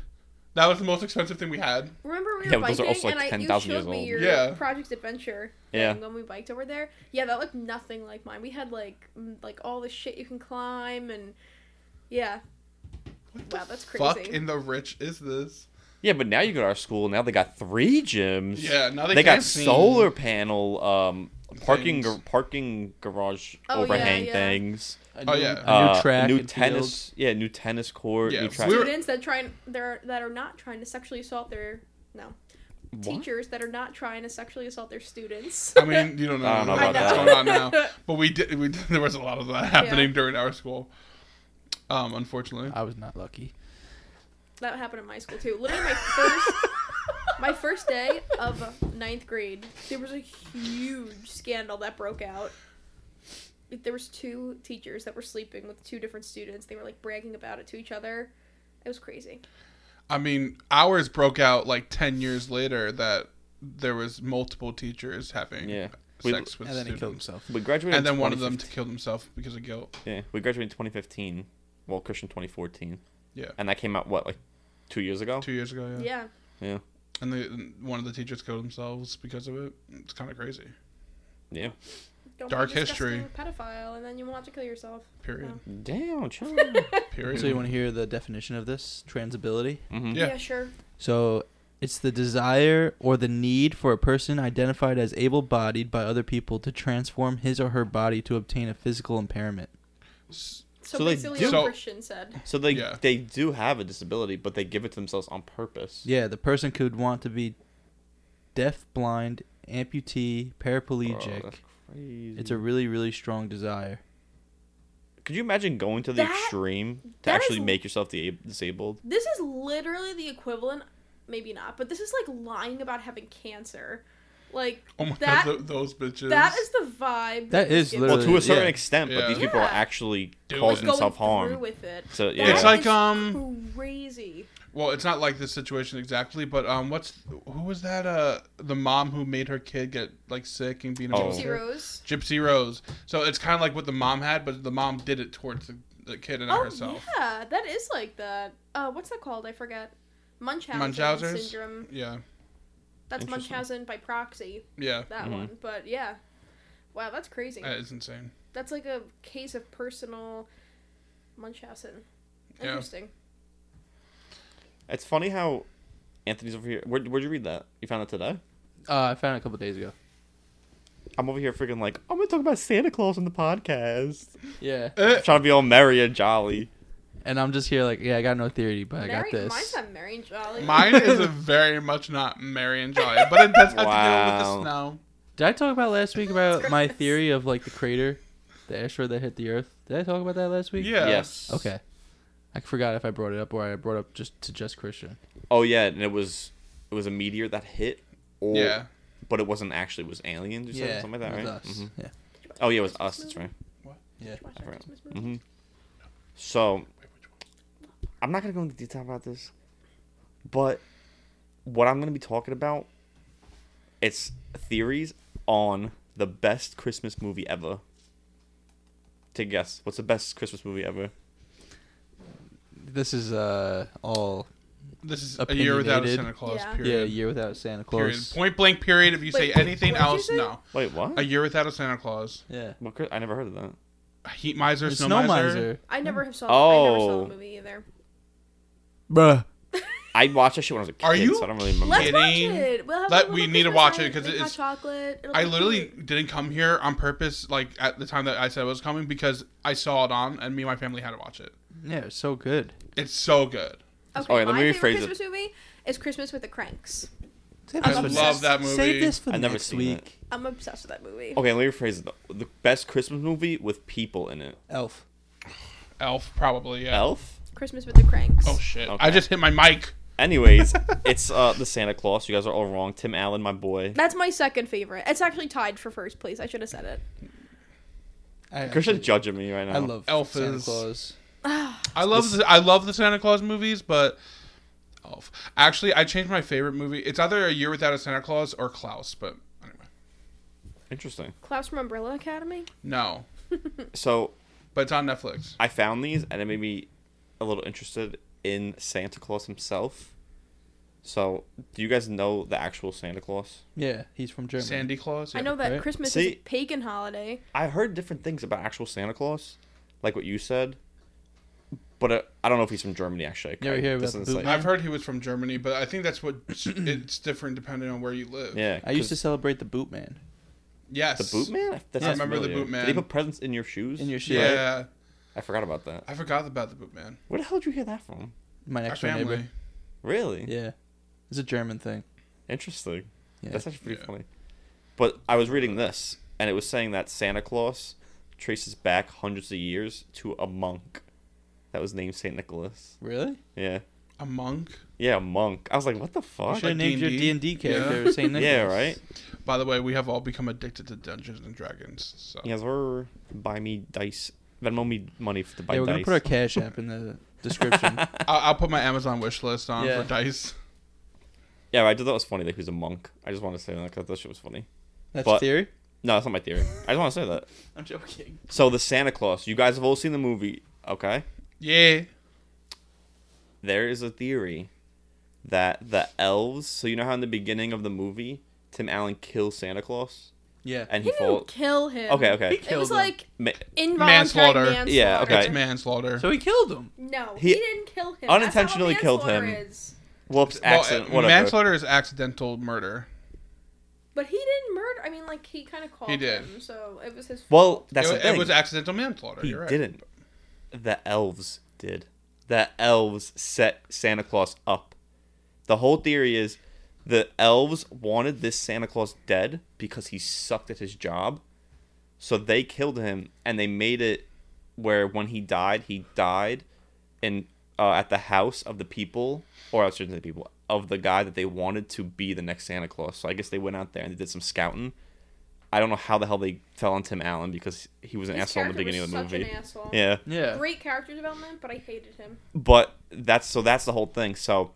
Speaker 4: That was the most expensive thing we had.
Speaker 3: Remember we were
Speaker 1: Yeah, but
Speaker 3: biking
Speaker 1: those are also, like,
Speaker 3: and I, you
Speaker 1: 10,000 years
Speaker 3: showed me
Speaker 1: old.
Speaker 3: your
Speaker 4: Yeah.
Speaker 3: Project Adventure
Speaker 1: Yeah.
Speaker 3: thing when we biked over there. Yeah, that looked nothing like mine. We had like m- like all the shit you can climb and yeah. Wow, that's crazy.
Speaker 4: Fuck in the rich is this?
Speaker 1: Yeah, but now you go to our school. Now they got three gyms.
Speaker 4: Yeah, now they
Speaker 1: they got
Speaker 4: can't see.
Speaker 1: solar panel, um, parking,
Speaker 4: Things.
Speaker 1: gar- parking garage
Speaker 3: Oh, yeah,
Speaker 1: overhang
Speaker 3: yeah.
Speaker 1: things.
Speaker 2: A
Speaker 4: Oh,
Speaker 2: new-
Speaker 4: yeah.
Speaker 2: a new
Speaker 1: uh,
Speaker 2: track,
Speaker 1: new
Speaker 2: and
Speaker 1: tennis, yeah, new tennis court,
Speaker 4: Yeah,
Speaker 1: new track.
Speaker 4: we were-
Speaker 3: Students that trying they're that are not trying to sexually assault their no
Speaker 1: What?
Speaker 3: teachers that are not trying to sexually assault their students.
Speaker 4: I mean, you don't know,
Speaker 1: I don't know
Speaker 4: what's
Speaker 1: about
Speaker 4: going
Speaker 3: that.
Speaker 4: on now, but we did. We, there was a lot of that happening during our school. Um, unfortunately.
Speaker 2: field. I was not lucky.
Speaker 3: That happened in my school too. Literally, my first my first day of ninth grade, there was a huge scandal that broke out. There was two teachers that were sleeping with two different students. They were like bragging about it to each other. It was crazy.
Speaker 4: I mean, ours broke out like ten years later that there was multiple teachers having
Speaker 1: Yeah. We-
Speaker 4: sex with
Speaker 2: And then he killed
Speaker 4: students,
Speaker 2: himself.
Speaker 1: We graduated.
Speaker 4: and
Speaker 1: in
Speaker 4: then one of them
Speaker 1: 2015
Speaker 4: to kill himself because of guilt.
Speaker 1: Yeah, we graduated in 2015. Well, Christian 2014.
Speaker 4: Yeah.
Speaker 1: And that came out what like two years ago.
Speaker 4: Two years ago, yeah.
Speaker 3: Yeah.
Speaker 1: Yeah,
Speaker 4: And the, and one of the teachers killed themselves because of it. It's kind of crazy.
Speaker 1: yeah.
Speaker 3: Don't
Speaker 4: Dark
Speaker 3: be a disgusting
Speaker 4: history.
Speaker 3: Pedophile, and then you won't have to kill yourself.
Speaker 4: Period.
Speaker 1: Damn, chill.
Speaker 4: Period.
Speaker 2: So you want to hear the definition of this transability?
Speaker 1: Mhm.
Speaker 4: Yeah.
Speaker 3: Yeah, sure.
Speaker 2: So it's the desire or the need for a person identified as able bodied by other people to transform his or her body to obtain a physical impairment.
Speaker 4: S-
Speaker 3: So,
Speaker 1: So they
Speaker 3: basically,
Speaker 1: do-
Speaker 3: what
Speaker 4: So-
Speaker 3: Christian said.
Speaker 1: So they
Speaker 4: Yeah.
Speaker 1: they do have a disability, but they give it to themselves on purpose.
Speaker 2: Yeah, the person could want to be deaf, blind, amputee,
Speaker 1: Bro,
Speaker 4: Oh,
Speaker 2: paraplegic.
Speaker 1: that's crazy.
Speaker 2: it's a really, really strong desire.
Speaker 1: Could you imagine going to the
Speaker 3: That-
Speaker 1: extreme to
Speaker 3: that
Speaker 1: actually
Speaker 3: is-
Speaker 1: make yourself the disabled?
Speaker 3: This is literally the equivalent, maybe not, but this is like lying about having cancer. Like
Speaker 4: Oh my
Speaker 3: that
Speaker 4: god, th- those bitches.
Speaker 3: That is the vibe.
Speaker 2: That
Speaker 3: this
Speaker 2: is
Speaker 3: gives
Speaker 1: Well,
Speaker 2: literally-
Speaker 3: me.
Speaker 1: to a certain
Speaker 2: yeah.
Speaker 1: extent, but
Speaker 4: Yeah.
Speaker 1: these people are
Speaker 3: Yeah.
Speaker 1: actually
Speaker 4: Doing it.
Speaker 1: causing
Speaker 3: going
Speaker 1: self
Speaker 3: through
Speaker 1: harm.
Speaker 3: with it.
Speaker 1: So yeah,
Speaker 3: That
Speaker 4: It's like,
Speaker 3: is
Speaker 4: um,
Speaker 3: crazy.
Speaker 4: well, it's not like this situation exactly, but um, what's who was that? Uh, the mom who made her kid get like sick and being a
Speaker 1: Oh.
Speaker 4: wheelchair?
Speaker 3: Gypsy Rose.
Speaker 4: Gypsy Rose. So it's kind of like what the mom had, but the mom did it towards the, the kid and
Speaker 3: Oh
Speaker 4: herself.
Speaker 3: yeah, that is like that. Uh, what's that called? I forget. Munchausen
Speaker 4: Munchausen's?
Speaker 3: syndrome.
Speaker 4: Yeah,
Speaker 3: That's
Speaker 1: Interesting.
Speaker 3: Munchausen by proxy.
Speaker 4: yeah.
Speaker 3: That
Speaker 1: Mhm.
Speaker 3: one. But yeah, Wow, that's crazy.
Speaker 4: That is insane.
Speaker 3: That's like a case of personal Munchausen.
Speaker 4: Yeah.
Speaker 3: Interesting.
Speaker 1: It's funny how Anthony's over here. Where, where'd you read that? You found that today?
Speaker 2: Uh, I found it a couple days ago.
Speaker 1: I'm over here freaking like, I'm gonna talk about Santa Claus on the podcast.
Speaker 2: Yeah.
Speaker 1: trying to be all merry and jolly.
Speaker 2: And I'm just here like, yeah, I got no theory, but I got
Speaker 3: Mary-
Speaker 2: this.
Speaker 3: Mine's not Mary and Jolly.
Speaker 4: Mine is a very much not merry and jolly, but it does have to deal
Speaker 1: Wow.
Speaker 4: with the snow.
Speaker 2: Did I talk about last week
Speaker 3: It's
Speaker 2: about my
Speaker 3: gross.
Speaker 2: theory of like the crater, the asteroid that hit the Earth? Did I talk about that last week?
Speaker 4: Yeah.
Speaker 1: Yes.
Speaker 2: Okay. I forgot if I brought it up or I brought up just to just Christian.
Speaker 1: Oh yeah, and it was it was a meteor that hit. Or,
Speaker 4: Yeah.
Speaker 1: But it wasn't actually. It was aliens or something, something like that,
Speaker 2: with
Speaker 1: right?
Speaker 2: us.
Speaker 1: Mhm.
Speaker 4: Mm-hmm.
Speaker 2: Yeah.
Speaker 1: Oh yeah, it was us. That's right.
Speaker 2: Yeah.
Speaker 3: Watch
Speaker 1: I
Speaker 3: our
Speaker 1: forgot.
Speaker 3: Christmas movie.
Speaker 1: hmm So I'm not gonna go into detail about this, but what I'm gonna be talking about it's theories on the best Christmas movie ever. To guess, what's the best Christmas movie ever?
Speaker 2: This is uh all
Speaker 4: This is a year without a
Speaker 2: Opinionated.
Speaker 4: Santa Claus.
Speaker 3: Yeah.
Speaker 2: yeah, a
Speaker 4: Period.
Speaker 2: year without Santa
Speaker 4: Period.
Speaker 2: Claus.
Speaker 4: Point blank. Period. If you say
Speaker 3: Wait,
Speaker 4: anything
Speaker 3: what did you
Speaker 4: else,
Speaker 3: say?
Speaker 4: no.
Speaker 1: Wait, what?
Speaker 4: A year without a Santa Claus.
Speaker 2: Yeah.
Speaker 1: What Chris- I never heard of that.
Speaker 4: Heat miser.
Speaker 2: The
Speaker 4: Snow,
Speaker 2: snow
Speaker 4: miser.
Speaker 2: miser.
Speaker 3: I never have saw. I never saw
Speaker 1: Oh.
Speaker 3: the movie either.
Speaker 2: Bruh.
Speaker 1: I watched that shit when I was a kid,
Speaker 4: Are you
Speaker 1: so I don't really remember.
Speaker 3: Let's watch
Speaker 4: Kidding.
Speaker 3: it. We'll have
Speaker 4: Let-
Speaker 3: we'll
Speaker 4: we
Speaker 3: have
Speaker 4: need to
Speaker 3: Christmas
Speaker 4: watch it
Speaker 3: lights,
Speaker 4: because
Speaker 3: make
Speaker 4: it
Speaker 3: hot
Speaker 4: is-
Speaker 3: chocolate. It'll
Speaker 4: I
Speaker 3: be
Speaker 4: literally
Speaker 3: cute.
Speaker 4: didn't come here on purpose, like at the time that I said it was coming, because I saw it on, and me and my family had to watch it.
Speaker 2: Yeah, it's so good.
Speaker 4: It's so good.
Speaker 1: Okay,
Speaker 3: Okay,
Speaker 1: let
Speaker 3: my
Speaker 1: me
Speaker 3: favorite
Speaker 1: rephrase it.
Speaker 3: Christmas movie is Christmas with the Cranks.
Speaker 2: Save
Speaker 3: I
Speaker 2: this for
Speaker 3: love
Speaker 2: next-
Speaker 4: that movie.
Speaker 2: Save this for
Speaker 1: I've never
Speaker 2: next
Speaker 1: seen
Speaker 2: week.
Speaker 3: I'm obsessed with that movie.
Speaker 1: Okay, let me rephrase it. Though. The best Christmas movie with people in it.
Speaker 2: Elf.
Speaker 4: Elf, probably. Yeah.
Speaker 1: Elf.
Speaker 3: Christmas with the Cranks.
Speaker 4: Oh shit! I
Speaker 1: Okay.
Speaker 4: just hit my mic.
Speaker 1: Anyways, it's uh the Santa Claus. You guys are all wrong. Tim Allen, my boy.
Speaker 3: That's my second favorite. It's actually tied for first place. I should have said it.
Speaker 2: I,
Speaker 1: Christian's judging me right now.
Speaker 2: I love
Speaker 4: Elf
Speaker 2: Santa
Speaker 4: is-
Speaker 2: Claus.
Speaker 4: I love the, I love the Santa Claus movies, but Elf. Actually, I changed my favorite movie. It's either A Year Without a Santa Claus or Klaus, but anyway,
Speaker 1: Interesting.
Speaker 3: Klaus from Umbrella Academy.
Speaker 4: no.
Speaker 1: So
Speaker 4: But it's on Netflix.
Speaker 1: I found these and it made me a little interested in Santa Claus himself. So, do you guys know the actual Santa Claus?
Speaker 2: Yeah, he's from Germany.
Speaker 4: Sandy Claus.
Speaker 3: I know that
Speaker 2: Right.
Speaker 3: Christmas is a
Speaker 1: See-
Speaker 3: pagan holiday.
Speaker 1: I heard different things about actual Santa Claus, like what you said, but uh, I don't know if he's from Germany actually.
Speaker 2: You ever
Speaker 1: I-
Speaker 2: hear
Speaker 1: this
Speaker 2: about
Speaker 1: is
Speaker 2: the
Speaker 1: like-
Speaker 2: bootleg?
Speaker 4: I've heard he was from Germany, but I think that's what it's different depending on where you live.
Speaker 1: yeah,
Speaker 2: I used
Speaker 1: 'cause
Speaker 2: to celebrate the boot man.
Speaker 4: Yes.
Speaker 1: the boot man. That
Speaker 4: Yeah, I
Speaker 1: sounds
Speaker 4: remember the
Speaker 1: familiar.
Speaker 4: boot man.
Speaker 1: Did he put presents in your shoes?
Speaker 2: In your shoe.
Speaker 4: Yeah.
Speaker 2: right?
Speaker 1: I forgot about that.
Speaker 4: I forgot about the boot man.
Speaker 1: Where the hell did you hear that from?
Speaker 2: My
Speaker 4: Our
Speaker 2: next door
Speaker 4: family.
Speaker 2: neighbor.
Speaker 1: Really?
Speaker 2: Yeah. It's a German thing.
Speaker 1: Interesting.
Speaker 2: Yeah.
Speaker 1: That's actually pretty
Speaker 4: Yeah.
Speaker 1: funny. But I was reading this, and it was saying that Santa Claus traces back hundreds of years to a monk that was named Saint Nicholas.
Speaker 2: Really?
Speaker 1: Yeah,
Speaker 4: A monk.
Speaker 1: yeah, a monk. I was like, what the fuck?
Speaker 2: Should have named your D
Speaker 4: D&D?
Speaker 2: and D
Speaker 4: Yeah.
Speaker 2: character Saint Nicholas.
Speaker 1: yeah, right.
Speaker 4: By the way, we have all become addicted to Dungeons and Dragons. So
Speaker 1: You guys were buy me dice. Venmo me money to buy
Speaker 2: Yeah, we're
Speaker 1: dice.
Speaker 2: gonna put our cash app in the description.
Speaker 4: I'll, I'll put my Amazon wish list on
Speaker 2: Yeah.
Speaker 4: for dice.
Speaker 1: yeah, I thought that was funny that he was a monk. I just want to say that because that shit was funny.
Speaker 2: That's
Speaker 1: But-
Speaker 2: theory.
Speaker 1: No, that's not my theory. I just want to say that.
Speaker 2: I'm joking.
Speaker 1: So the Santa Claus. You guys have all seen the movie, okay?
Speaker 4: Yeah.
Speaker 1: there is a theory that the elves. So you know how in the beginning of the movie, Tim Allen kills Santa Claus
Speaker 2: Yeah.
Speaker 1: and
Speaker 3: He
Speaker 1: he
Speaker 3: didn't
Speaker 1: falls.
Speaker 3: kill him.
Speaker 1: Okay, okay. He
Speaker 3: It was
Speaker 2: killed him.
Speaker 3: like
Speaker 1: Ma-
Speaker 3: involuntary manslaughter.
Speaker 4: Manslaughter.
Speaker 1: Yeah, okay.
Speaker 4: It's manslaughter.
Speaker 2: So he killed him.
Speaker 3: No, he,
Speaker 1: He
Speaker 3: didn't kill him.
Speaker 1: unintentionally
Speaker 3: That's not
Speaker 1: killed
Speaker 3: what
Speaker 1: him.
Speaker 3: manslaughter Is.
Speaker 1: whoops,
Speaker 4: Well,
Speaker 1: accident,
Speaker 4: uh,
Speaker 1: whatever.
Speaker 4: Manslaughter is accidental murder.
Speaker 3: But he didn't murder. I mean, like he kind of called
Speaker 4: He did.
Speaker 3: him, so it was his.
Speaker 1: well,
Speaker 3: fault.
Speaker 1: that's
Speaker 4: it,
Speaker 1: the
Speaker 4: it
Speaker 1: thing.
Speaker 4: was accidental manslaughter.
Speaker 1: he
Speaker 4: you're right.
Speaker 1: didn't. The elves did. The elves set Santa Claus up. The whole theory is the elves wanted this Santa Claus dead because he sucked at his job. So they killed him and they made it where when he died, he died in uh, at the house of the people, or I shouldn't say people, of the guy that they wanted to be the next Santa Claus. So I guess they went out there and they did some scouting. I don't know how the hell they fell on Tim Allen because he was an
Speaker 3: His
Speaker 1: asshole in the
Speaker 3: character
Speaker 1: beginning
Speaker 3: was
Speaker 1: of the
Speaker 3: such an
Speaker 1: movie.
Speaker 3: asshole.
Speaker 1: Yeah,
Speaker 2: Yeah.
Speaker 3: Great character development, but I hated him.
Speaker 1: but that's so that's the whole thing. So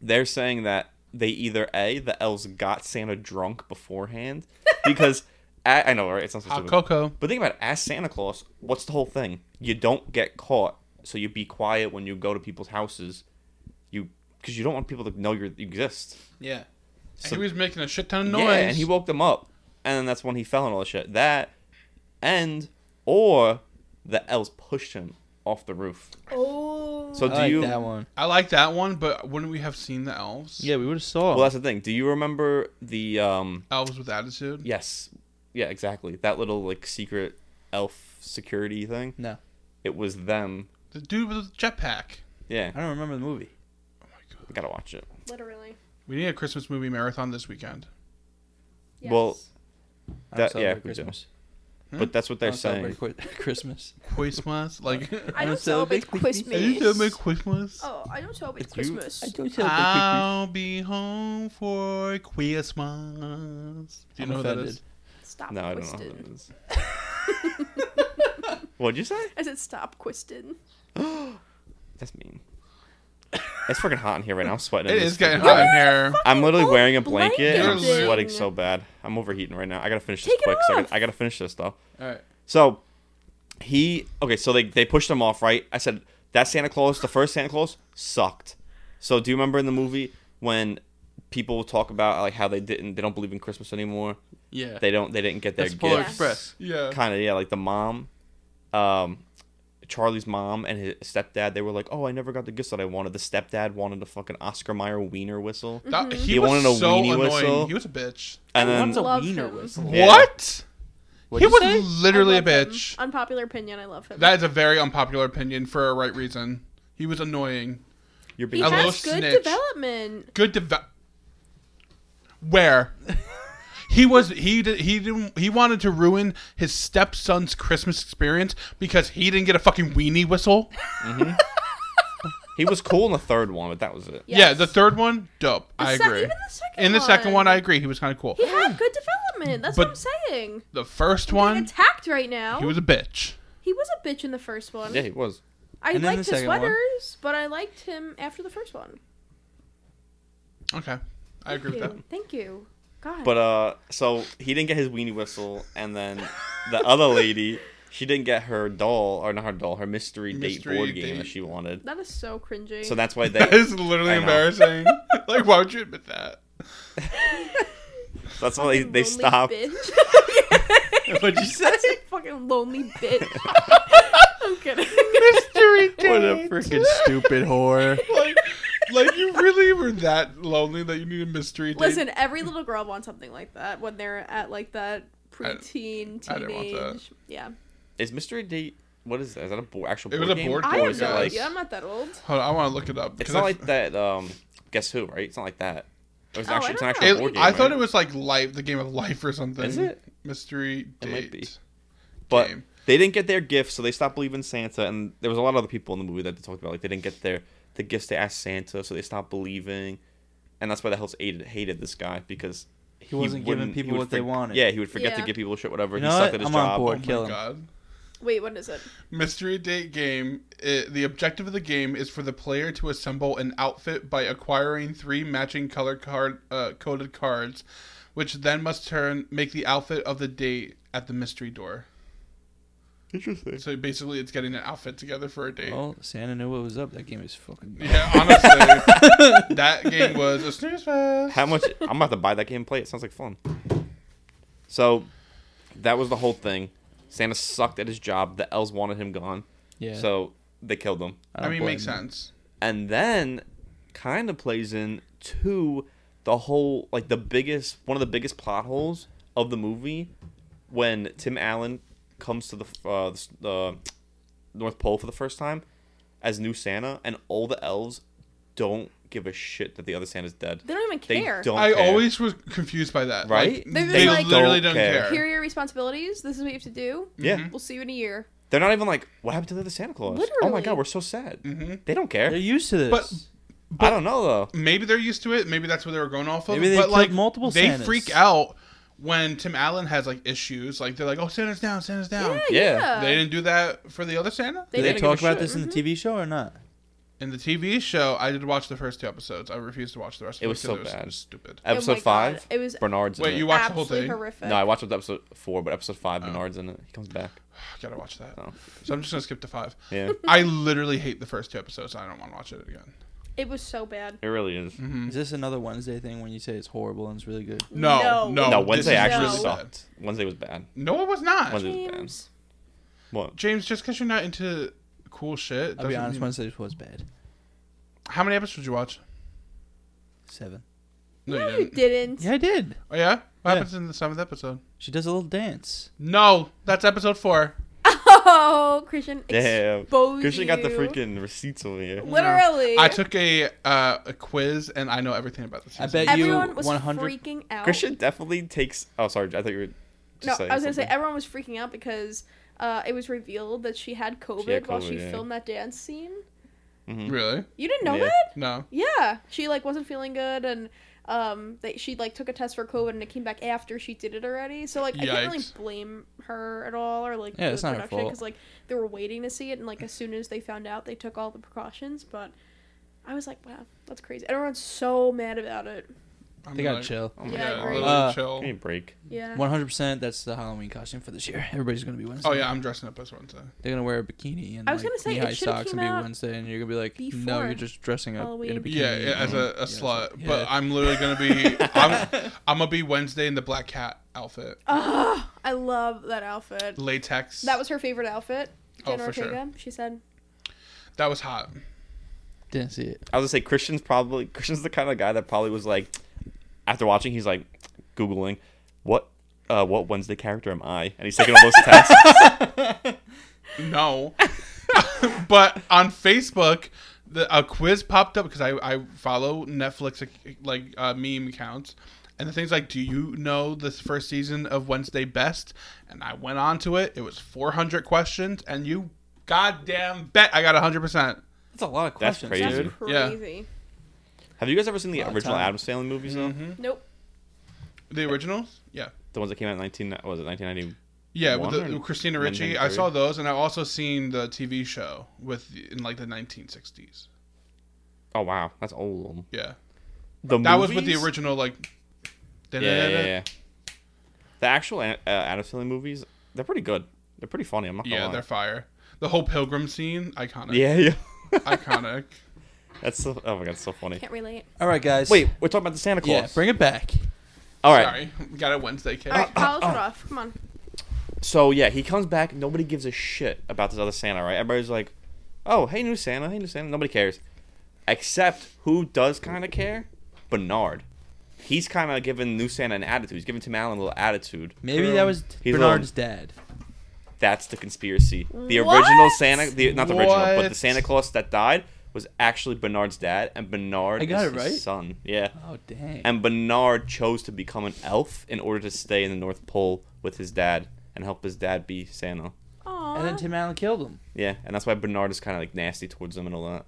Speaker 1: they're saying that they either a the elves got Santa drunk beforehand because I I know right it sounds so
Speaker 4: Hot
Speaker 1: stupid.
Speaker 4: cocoa.
Speaker 1: But think about it, as Santa Claus, what's the whole thing? You don't get caught, so you be quiet when you go to people's houses. You because you don't want people to know you're, you exist.
Speaker 2: Yeah.
Speaker 4: he was making a shit ton of noise.
Speaker 1: Yeah, and he woke them up, and then that's when he fell and all that shit. That and or the elves pushed him off the roof.
Speaker 3: Oh.
Speaker 1: So
Speaker 2: I
Speaker 1: do
Speaker 2: like
Speaker 1: you?
Speaker 2: that one.
Speaker 4: I like that one, but wouldn't we have seen the elves?
Speaker 2: Yeah, we would have saw.
Speaker 1: Well, that's the thing. Do you remember the um?
Speaker 4: Elves with attitude.
Speaker 1: Yes, yeah, exactly. That little like secret elf security thing.
Speaker 2: no,
Speaker 1: It was them.
Speaker 4: The dude with the jetpack.
Speaker 1: Yeah,
Speaker 2: I don't remember the movie.
Speaker 4: Oh my god.
Speaker 1: I gotta watch it.
Speaker 3: literally.
Speaker 4: We need a Christmas movie marathon this weekend.
Speaker 3: Yes.
Speaker 1: Well, That-
Speaker 2: I don't celebrate
Speaker 1: yeah, we do.
Speaker 2: Christmas.
Speaker 1: But that's what
Speaker 2: I
Speaker 1: they're
Speaker 2: don't
Speaker 1: saying.
Speaker 2: celebrate Qu- Christmas.
Speaker 4: Christmas, like.
Speaker 3: I
Speaker 2: I'm
Speaker 3: don't
Speaker 2: so
Speaker 3: celebrate
Speaker 2: big-
Speaker 3: Christmas.
Speaker 4: Are you doing my Christmas?
Speaker 3: Oh, I don't celebrate
Speaker 1: If you-
Speaker 3: Christmas.
Speaker 2: don't
Speaker 4: I'll be home for Christmas. Do you
Speaker 2: I'm
Speaker 4: know who that
Speaker 2: offended.
Speaker 4: is?
Speaker 3: Stop,
Speaker 1: No, I don't know.
Speaker 3: Quiston.
Speaker 1: Who that is. What'd you say?
Speaker 3: I said stop, Quiston.
Speaker 1: That's mean. It's freaking hot in here right now. I'm sweating.
Speaker 4: It
Speaker 1: in this
Speaker 4: is getting
Speaker 1: freaking-
Speaker 4: hot in here.
Speaker 1: I'm literally
Speaker 3: Oh,
Speaker 1: wearing a blanket and I'm
Speaker 4: blanket.
Speaker 1: sweating so bad. I'm overheating right now. I gotta finish this
Speaker 3: Take it
Speaker 1: quick. So I,
Speaker 3: off.
Speaker 1: gotta, I gotta finish this though.
Speaker 2: All right.
Speaker 1: So he okay. So they they pushed him off, right? I said that Santa Claus, the first Santa Claus, sucked. So do you remember in the movie when people talk about like how they didn't they don't believe in Christmas anymore?
Speaker 2: Yeah.
Speaker 1: They don't they didn't get their
Speaker 2: that's Polar
Speaker 1: gifts.
Speaker 2: Express.
Speaker 4: Yeah.
Speaker 1: kind of yeah like the mom um charlie's mom and his stepdad they were like oh i never got the gifts that i wanted the stepdad wanted a fucking oscar meyer wiener whistle
Speaker 3: Mm-hmm.
Speaker 4: That- he,
Speaker 1: He
Speaker 4: was
Speaker 1: wanted a
Speaker 4: so
Speaker 1: weenie
Speaker 4: annoying.
Speaker 1: whistle.
Speaker 4: He was a bitch.
Speaker 1: and
Speaker 2: One's
Speaker 1: then
Speaker 2: a
Speaker 3: Love
Speaker 2: wiener
Speaker 3: him.
Speaker 2: whistle.
Speaker 1: Yeah.
Speaker 4: What?
Speaker 2: What'd you
Speaker 4: He was
Speaker 2: say?
Speaker 4: literally
Speaker 3: I
Speaker 4: a
Speaker 3: love him.
Speaker 4: bitch.
Speaker 3: Unpopular opinion. I love him.
Speaker 4: That is a very unpopular opinion for a right reason. He was annoying.
Speaker 1: you're
Speaker 3: he
Speaker 1: being
Speaker 4: I
Speaker 3: has
Speaker 4: love
Speaker 3: good
Speaker 4: snitch.
Speaker 3: development.
Speaker 4: Good dev. Where? He was he did he didn't he wanted to ruin his stepson's Christmas experience because he didn't get a fucking weenie whistle.
Speaker 1: he was cool in the third one but that was it
Speaker 4: Yeah,
Speaker 3: Yes.
Speaker 4: the third one, dope. I
Speaker 3: se-
Speaker 4: agree.
Speaker 3: even the second
Speaker 4: In the second
Speaker 3: one.
Speaker 4: one, I agree. He was kind of cool.
Speaker 3: He had good development. That's what
Speaker 4: But
Speaker 3: I'm saying.
Speaker 4: The first
Speaker 3: Being
Speaker 4: one,
Speaker 3: attacked right now.
Speaker 4: he was a bitch.
Speaker 3: a bitch in the first one.
Speaker 1: yeah he was
Speaker 3: I
Speaker 2: And then
Speaker 3: liked
Speaker 2: the
Speaker 3: his
Speaker 2: second one.
Speaker 3: sweaters, but I liked him after the first one.
Speaker 4: Okay, I agree with
Speaker 3: Thank
Speaker 4: that.
Speaker 3: you. Thank you. God.
Speaker 1: but uh so he didn't get his weenie whistle and then the other lady she didn't get her doll or not her doll her mystery,
Speaker 4: Mystery
Speaker 1: date board game
Speaker 4: date.
Speaker 1: that she wanted
Speaker 3: that is so cringy.
Speaker 1: so that's why
Speaker 4: That
Speaker 1: they
Speaker 4: is literally
Speaker 1: I know.
Speaker 4: embarrassing. like, why would you admit that?
Speaker 1: that's why they, they
Speaker 3: Lonely
Speaker 1: stopped
Speaker 3: bitch.
Speaker 2: What'd you say?
Speaker 3: I said fucking lonely bitch. I'm kidding.
Speaker 4: Mystery date.
Speaker 2: What a freaking stupid whore.
Speaker 4: like, like you really were that lonely that you needed mystery date.
Speaker 3: Listen, every little girl wants something like that when they're at like that preteen,
Speaker 4: I didn't want
Speaker 3: teenage.
Speaker 4: that.
Speaker 3: Yeah.
Speaker 1: is mystery date what is that is that a bo- actual
Speaker 4: It
Speaker 1: board
Speaker 4: was a
Speaker 1: game?
Speaker 4: board
Speaker 3: I
Speaker 4: game,
Speaker 1: Or
Speaker 4: I
Speaker 3: have
Speaker 1: is it
Speaker 3: no
Speaker 4: guess.
Speaker 1: like
Speaker 3: idea. I'm not that old.
Speaker 4: Hold on, I want to look it up.
Speaker 1: It's
Speaker 4: 'cause
Speaker 1: not
Speaker 4: I-
Speaker 1: like that. Um, guess who? Right? It's not like that. It was
Speaker 3: Oh, I
Speaker 1: actually it's an
Speaker 3: don't
Speaker 1: actual
Speaker 3: know.
Speaker 1: board
Speaker 4: It-
Speaker 1: game.
Speaker 4: I thought
Speaker 1: right?
Speaker 4: it was like life, the game of life or something.
Speaker 1: Is it?
Speaker 4: mystery date? Oh
Speaker 1: It might be. but
Speaker 4: game.
Speaker 1: they didn't get their gifts, so they stopped believing Santa. And there was a lot of other people in the movie that they talked about. Like they didn't get their the gifts they asked Santa, so they stopped believing. And that's why the hells hated hated this guy because he,
Speaker 2: wasn't giving
Speaker 1: wouldn't- he
Speaker 2: people
Speaker 1: would
Speaker 2: what they
Speaker 1: forg-
Speaker 2: wanted.
Speaker 1: Yeah, he would forget to
Speaker 3: Yeah.
Speaker 1: give people shit, whatever.
Speaker 2: You
Speaker 1: he
Speaker 2: know
Speaker 1: sucked
Speaker 2: what?
Speaker 1: at his
Speaker 2: I'm on
Speaker 1: job.
Speaker 2: board.
Speaker 4: Oh
Speaker 2: Kill
Speaker 4: my
Speaker 2: him.
Speaker 4: god.
Speaker 3: Wait, what is it?
Speaker 4: Mystery date game. It, the objective of the game is for the player to assemble an outfit by acquiring three matching color card uh, coded cards, which then must turn make the outfit of the date at the mystery door.
Speaker 1: Interesting.
Speaker 4: So basically, it's getting an outfit together for a date.
Speaker 1: Oh.
Speaker 2: Well, Oh, Santa knew what was up. That game is fucking. bad.
Speaker 4: Yeah, honestly, that game was a snooze fest.
Speaker 1: How much? I'm about to buy that game and play it. Sounds like fun. So, that was the whole thing. Santa sucked at his job. The elves wanted him gone,
Speaker 2: Yeah.
Speaker 1: so they killed him.
Speaker 4: I
Speaker 2: don't
Speaker 4: mean, makes
Speaker 2: blame him.
Speaker 4: sense.
Speaker 1: and then kind of plays in to the whole like the biggest one of the biggest plot holes of the movie when Tim Allen comes to the uh, the uh, North Pole for the first time as new Santa, and all the elves don't give a shit that the other Santa's dead.
Speaker 3: They don't even
Speaker 1: They
Speaker 3: care.
Speaker 1: don't.
Speaker 4: I
Speaker 1: care.
Speaker 4: always was confused by that.
Speaker 1: Right?
Speaker 4: Like,
Speaker 3: They're just
Speaker 4: they
Speaker 3: like-
Speaker 4: literally
Speaker 1: Don't
Speaker 4: don't
Speaker 1: care.
Speaker 4: care.
Speaker 3: Here are your responsibilities. This is what you have to do.
Speaker 1: Yeah,
Speaker 4: Mm-hmm.
Speaker 3: We'll see you in a year.
Speaker 1: they're not even like, what happened to the other Santa Claus? Oh my
Speaker 3: Literally.
Speaker 1: god, we're so sad. They don't care.
Speaker 2: They're used to this.
Speaker 4: But-
Speaker 1: I don't know
Speaker 3: Oh
Speaker 1: though.
Speaker 4: Mm-hmm. maybe they're used to it. Maybe that's what they were going off of.
Speaker 2: Maybe they
Speaker 4: but
Speaker 2: killed
Speaker 4: like
Speaker 2: multiple
Speaker 4: they
Speaker 2: Santas.
Speaker 4: freak out when Tim Allen has like issues. Like they're like, "Oh, Santa's down, Santa's down."
Speaker 3: Yeah,
Speaker 1: Yeah.
Speaker 3: yeah.
Speaker 4: They didn't do that for the other Santa
Speaker 3: They
Speaker 2: Did they
Speaker 1: didn't
Speaker 2: talk
Speaker 1: give a
Speaker 2: about
Speaker 1: shit.
Speaker 2: this in the TV show or not?
Speaker 4: in the TV show. I did watch the first two episodes. I refused to watch the rest.
Speaker 1: It
Speaker 4: of
Speaker 1: was
Speaker 4: because
Speaker 1: so bad.
Speaker 4: Stupid.
Speaker 3: Mm-hmm. Oh my
Speaker 1: Episode
Speaker 3: God.
Speaker 1: five.
Speaker 3: It was
Speaker 1: Bernard's. in
Speaker 4: Wait,
Speaker 1: it.
Speaker 4: you Oh. watched the whole
Speaker 3: absolutely
Speaker 4: thing?
Speaker 3: horrific.
Speaker 1: No, I watched up to episode four, but episode five, Bernard's in it. He comes back.
Speaker 4: Gotta watch that.
Speaker 1: Oh.
Speaker 4: So I'm just gonna skip to five.
Speaker 1: Yeah.
Speaker 4: I literally hate the first two episodes. I don't want to watch it again.
Speaker 3: It was so bad.
Speaker 1: It really is.
Speaker 4: Mhm.
Speaker 2: Is this another Wednesday thing when you say it's horrible and it's really good?
Speaker 4: No,
Speaker 3: No.
Speaker 4: no,
Speaker 1: no,
Speaker 4: Oh, this
Speaker 1: Wednesday
Speaker 4: is
Speaker 1: actually
Speaker 3: No.
Speaker 4: really bad.
Speaker 1: sucked. Wednesday was bad.
Speaker 4: No, it was not.
Speaker 1: Wednesday was bad.
Speaker 3: James.
Speaker 1: What?
Speaker 4: James, just because you're not into cool shit,
Speaker 2: I'll be
Speaker 4: doesn't
Speaker 2: honest,
Speaker 4: mean-
Speaker 2: Wednesday was bad.
Speaker 4: How many episodes did you watch?
Speaker 2: Seven.
Speaker 4: No,
Speaker 3: No,
Speaker 4: you
Speaker 3: you
Speaker 4: didn't.
Speaker 3: didn't.
Speaker 2: Yeah, I did.
Speaker 4: Oh yeah. What
Speaker 2: Yeah.
Speaker 4: happens in the seventh episode?
Speaker 2: She does a little dance.
Speaker 4: No, that's episode four.
Speaker 3: Oh, Christian.
Speaker 1: Damn.
Speaker 3: Expose
Speaker 1: Christian got the
Speaker 3: you.
Speaker 1: freaking receipts over here.
Speaker 3: Literally.
Speaker 4: I took a uh, a quiz and I know everything about the
Speaker 2: I
Speaker 4: season.
Speaker 2: bet you
Speaker 3: Everyone was
Speaker 2: 100
Speaker 3: freaking out.
Speaker 1: Christian definitely takes. Oh, sorry. I thought you were.
Speaker 3: No,
Speaker 1: Just
Speaker 3: I
Speaker 1: saying
Speaker 3: was gonna say
Speaker 1: something.
Speaker 3: everyone was freaking out because uh, it was revealed that she had COVID,
Speaker 1: She had
Speaker 3: while she
Speaker 1: COVID, yeah.
Speaker 3: filmed that dance scene.
Speaker 1: Mm-hmm.
Speaker 4: Really?
Speaker 3: You didn't know
Speaker 1: Yeah.
Speaker 3: that?
Speaker 4: No.
Speaker 3: Yeah, she like wasn't feeling good, and um, they, she like took a test for COVID, and it came back after she did it already. So like, I can't really
Speaker 4: Yikes.
Speaker 3: blame her at all, or like
Speaker 2: Yeah, it's not her fault.
Speaker 3: because like they were waiting to see it, and like as soon as they found out, they took all the precautions. But I was like, wow, that's crazy. And Everyone's so mad about it.
Speaker 4: I'm
Speaker 2: They gotta
Speaker 4: like-
Speaker 2: chill.
Speaker 1: Oh my
Speaker 3: Yeah, I
Speaker 1: God.
Speaker 3: agree.
Speaker 4: literally
Speaker 2: Uh,
Speaker 1: Give
Speaker 4: chill.
Speaker 1: me a break.
Speaker 3: Yeah.
Speaker 2: 100%. That's the Halloween costume for this year. Everybody's gonna be Wednesday.
Speaker 4: Oh yeah, I'm dressing up as Wednesday.
Speaker 2: They're gonna wear a bikini and
Speaker 3: I was
Speaker 2: like,
Speaker 3: gonna say, it
Speaker 2: knee-high
Speaker 3: should've
Speaker 2: socks
Speaker 3: came
Speaker 2: and be
Speaker 3: out
Speaker 2: Wednesday, and you're gonna be like, no,
Speaker 3: before
Speaker 2: you're just dressing up in a
Speaker 3: Halloween.
Speaker 2: bikini.
Speaker 4: Yeah, yeah, as a, a
Speaker 2: Yeah,
Speaker 4: slut.
Speaker 2: yeah.
Speaker 4: But I'm literally gonna be. I'm, I'm gonna be Wednesday in the black cat outfit,
Speaker 3: Ugh, I love that outfit.
Speaker 4: latex.
Speaker 3: That was her favorite outfit.
Speaker 4: Oh,
Speaker 3: Jen
Speaker 4: for sure.
Speaker 3: Ortega. She said,
Speaker 4: that was hot.
Speaker 2: didn't see it.
Speaker 1: I was gonna say Christian's probably Christian's the kind of guy that probably was like, after watching, he's like, googling, what, uh, what Wednesday character am I? And he's taking all those tests.
Speaker 4: No. but on Facebook, the, a quiz popped up because I, I follow Netflix like uh, meme accounts, and the thing's like, "Do you know the first season of Wednesday best?" And I went on to it. It was 400 questions, and you goddamn bet I got 100. percent
Speaker 2: That's a lot of
Speaker 1: That's
Speaker 2: questions.
Speaker 1: crazy.
Speaker 3: "That's
Speaker 1: Dude.
Speaker 4: Yeah.
Speaker 3: crazy."
Speaker 1: Have you guys ever seen the
Speaker 2: Lot of
Speaker 1: original
Speaker 2: time.
Speaker 1: Adams Family movies though?
Speaker 3: Nope.
Speaker 4: The originals, yeah,
Speaker 1: The ones that came out in nineteen what was it nineteen ninety?
Speaker 4: yeah,
Speaker 1: One
Speaker 4: with the,
Speaker 1: or
Speaker 4: Christina
Speaker 1: one
Speaker 4: Ricci.
Speaker 1: and
Speaker 4: I
Speaker 1: three?
Speaker 4: saw those, and I've also seen the TV show with the- in like the 1960s.
Speaker 1: Oh wow, that's old.
Speaker 4: Yeah,
Speaker 1: The
Speaker 4: that was with the
Speaker 1: movies?
Speaker 4: original like.
Speaker 1: Yeah, yeah, yeah, yeah. The actual uh, Adams Family movies, they're pretty good. They're pretty funny. I'm not gonna
Speaker 4: Yeah,
Speaker 1: lie.
Speaker 4: they're fire. The whole pilgrim scene, iconic.
Speaker 1: yeah, yeah.
Speaker 4: Iconic.
Speaker 1: That's so, oh my god, it's so funny.
Speaker 3: Can't relate.
Speaker 2: All right, guys.
Speaker 1: Wait, we're talking about the Santa Claus.
Speaker 2: Yeah, bring it back.
Speaker 1: All right.
Speaker 4: Sorry. We got a Wednesday kid.
Speaker 3: All right, Kyle,
Speaker 2: uh,
Speaker 3: shut off. Come on.
Speaker 1: So yeah, he comes back. Nobody gives a shit about this other Santa, right? Everybody's like, "Oh, hey, new Santa, hey, new Santa." Nobody cares, except who does kind of care? Bernard. He's kind of giving new Santa an attitude. He's giving Tim Allen a little attitude.
Speaker 2: Maybe
Speaker 4: True.
Speaker 2: that was
Speaker 1: He's
Speaker 2: Bernard's dad.
Speaker 1: That's the conspiracy. The
Speaker 3: What?
Speaker 1: original Santa, the, not the original, but
Speaker 4: What?
Speaker 1: the Santa Claus that died was actually Bernard's dad, and Bernard
Speaker 2: I
Speaker 1: is
Speaker 2: got it
Speaker 1: his
Speaker 2: right?
Speaker 1: son. Yeah,
Speaker 2: Oh dang.
Speaker 1: and Bernard chose to become an elf in order to stay in the North Pole with his dad and help his dad be Santa.
Speaker 3: Aww.
Speaker 2: and then Tim Allen killed him.
Speaker 1: Yeah, and that's why Bernard is kind of like nasty towards them and all that.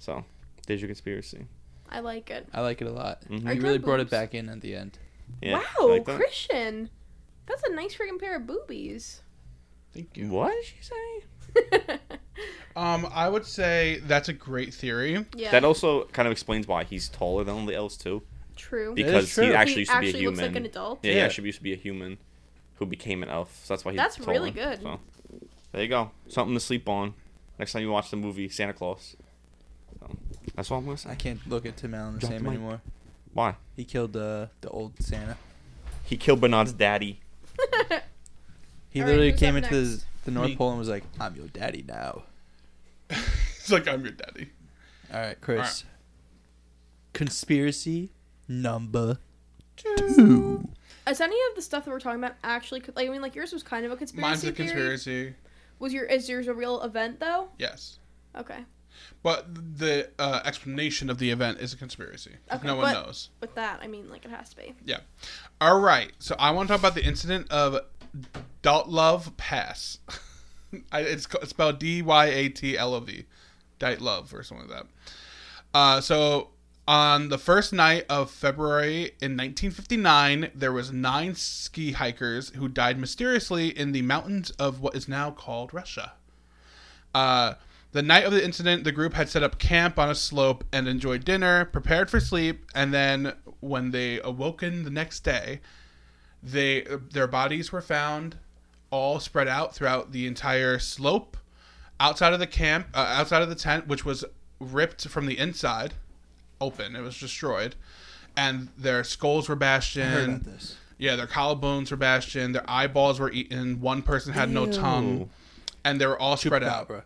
Speaker 1: So, there's your conspiracy.
Speaker 3: I like it.
Speaker 2: I like it a lot.
Speaker 1: Mhm.
Speaker 2: You
Speaker 3: I got
Speaker 2: really brought it
Speaker 3: boobs.
Speaker 2: back in at the end.
Speaker 1: Yeah,
Speaker 3: wow,
Speaker 1: you like that?
Speaker 3: Christian. That's a nice freaking pair of boobies.
Speaker 4: Thank you.
Speaker 1: What did she say?
Speaker 4: Um, I would say that's a great theory.
Speaker 3: yeah.
Speaker 1: That also kind of explains why he's taller than all the elves too,
Speaker 3: true.
Speaker 2: is
Speaker 1: because he
Speaker 2: true.
Speaker 1: actually
Speaker 3: he
Speaker 1: used to
Speaker 3: actually
Speaker 1: be a human.
Speaker 3: looks like an adult.
Speaker 1: Yeah, yeah,
Speaker 2: Yeah.
Speaker 1: he should- used to be a human who became an elf. So that's why he's
Speaker 3: That's
Speaker 1: taller,
Speaker 3: really good.
Speaker 1: So, there you go, something to sleep on. Next time you watch the movie Santa Claus. So, that's all I'm gonna
Speaker 2: I
Speaker 1: say.
Speaker 2: can't look at Tim Allen the
Speaker 1: Drop
Speaker 2: same
Speaker 1: the mic.
Speaker 2: anymore.
Speaker 1: Why?
Speaker 2: He killed uh, the old Santa.
Speaker 1: He killed Bernard's daddy.
Speaker 2: He
Speaker 3: All right,
Speaker 2: literally
Speaker 3: who's
Speaker 2: came
Speaker 3: up
Speaker 2: into the,
Speaker 3: next?
Speaker 2: the North
Speaker 4: Me.
Speaker 2: Pole and was like, "I'm your daddy now."
Speaker 4: It's like I'm your daddy.
Speaker 2: All right,
Speaker 4: All
Speaker 2: Chris.
Speaker 4: right.
Speaker 2: Conspiracy number
Speaker 4: Two.
Speaker 3: Is any of the stuff that we're talking about actually? co- Like, I mean, like yours was kind of a conspiracy.
Speaker 4: Mine's a
Speaker 3: theory.
Speaker 4: conspiracy.
Speaker 3: Was your is yours a real event though?
Speaker 4: Yes.
Speaker 3: Okay.
Speaker 4: But the uh, explanation of the event is a conspiracy.
Speaker 3: Okay,
Speaker 4: no one
Speaker 3: but-
Speaker 4: knows.
Speaker 3: With that, I mean, like it has to be.
Speaker 4: Yeah. All right. So I want to talk about the incident of Dot Love Pass. I, it's co- it's spelled D Y A T L O V, Dight Love or something like that. Uh, so on the first night of February in 1959, there was nine ski hikers who died mysteriously in the mountains of what is now called Russia. Uh, the night of the incident, the group had set up camp on a slope and enjoyed dinner, prepared for sleep, and then when they awoken the next day, they their bodies were found all spread out throughout the entire slope, outside of the camp, uh, outside of the tent, which was ripped from the inside open. It was destroyed, and their skulls were bashed
Speaker 2: I heard
Speaker 4: in.
Speaker 2: about this.
Speaker 4: Yeah, their collarbones were bashed in. Their eyeballs were eaten. One person had no tongue, and they were all spread out.
Speaker 2: Chupacabra.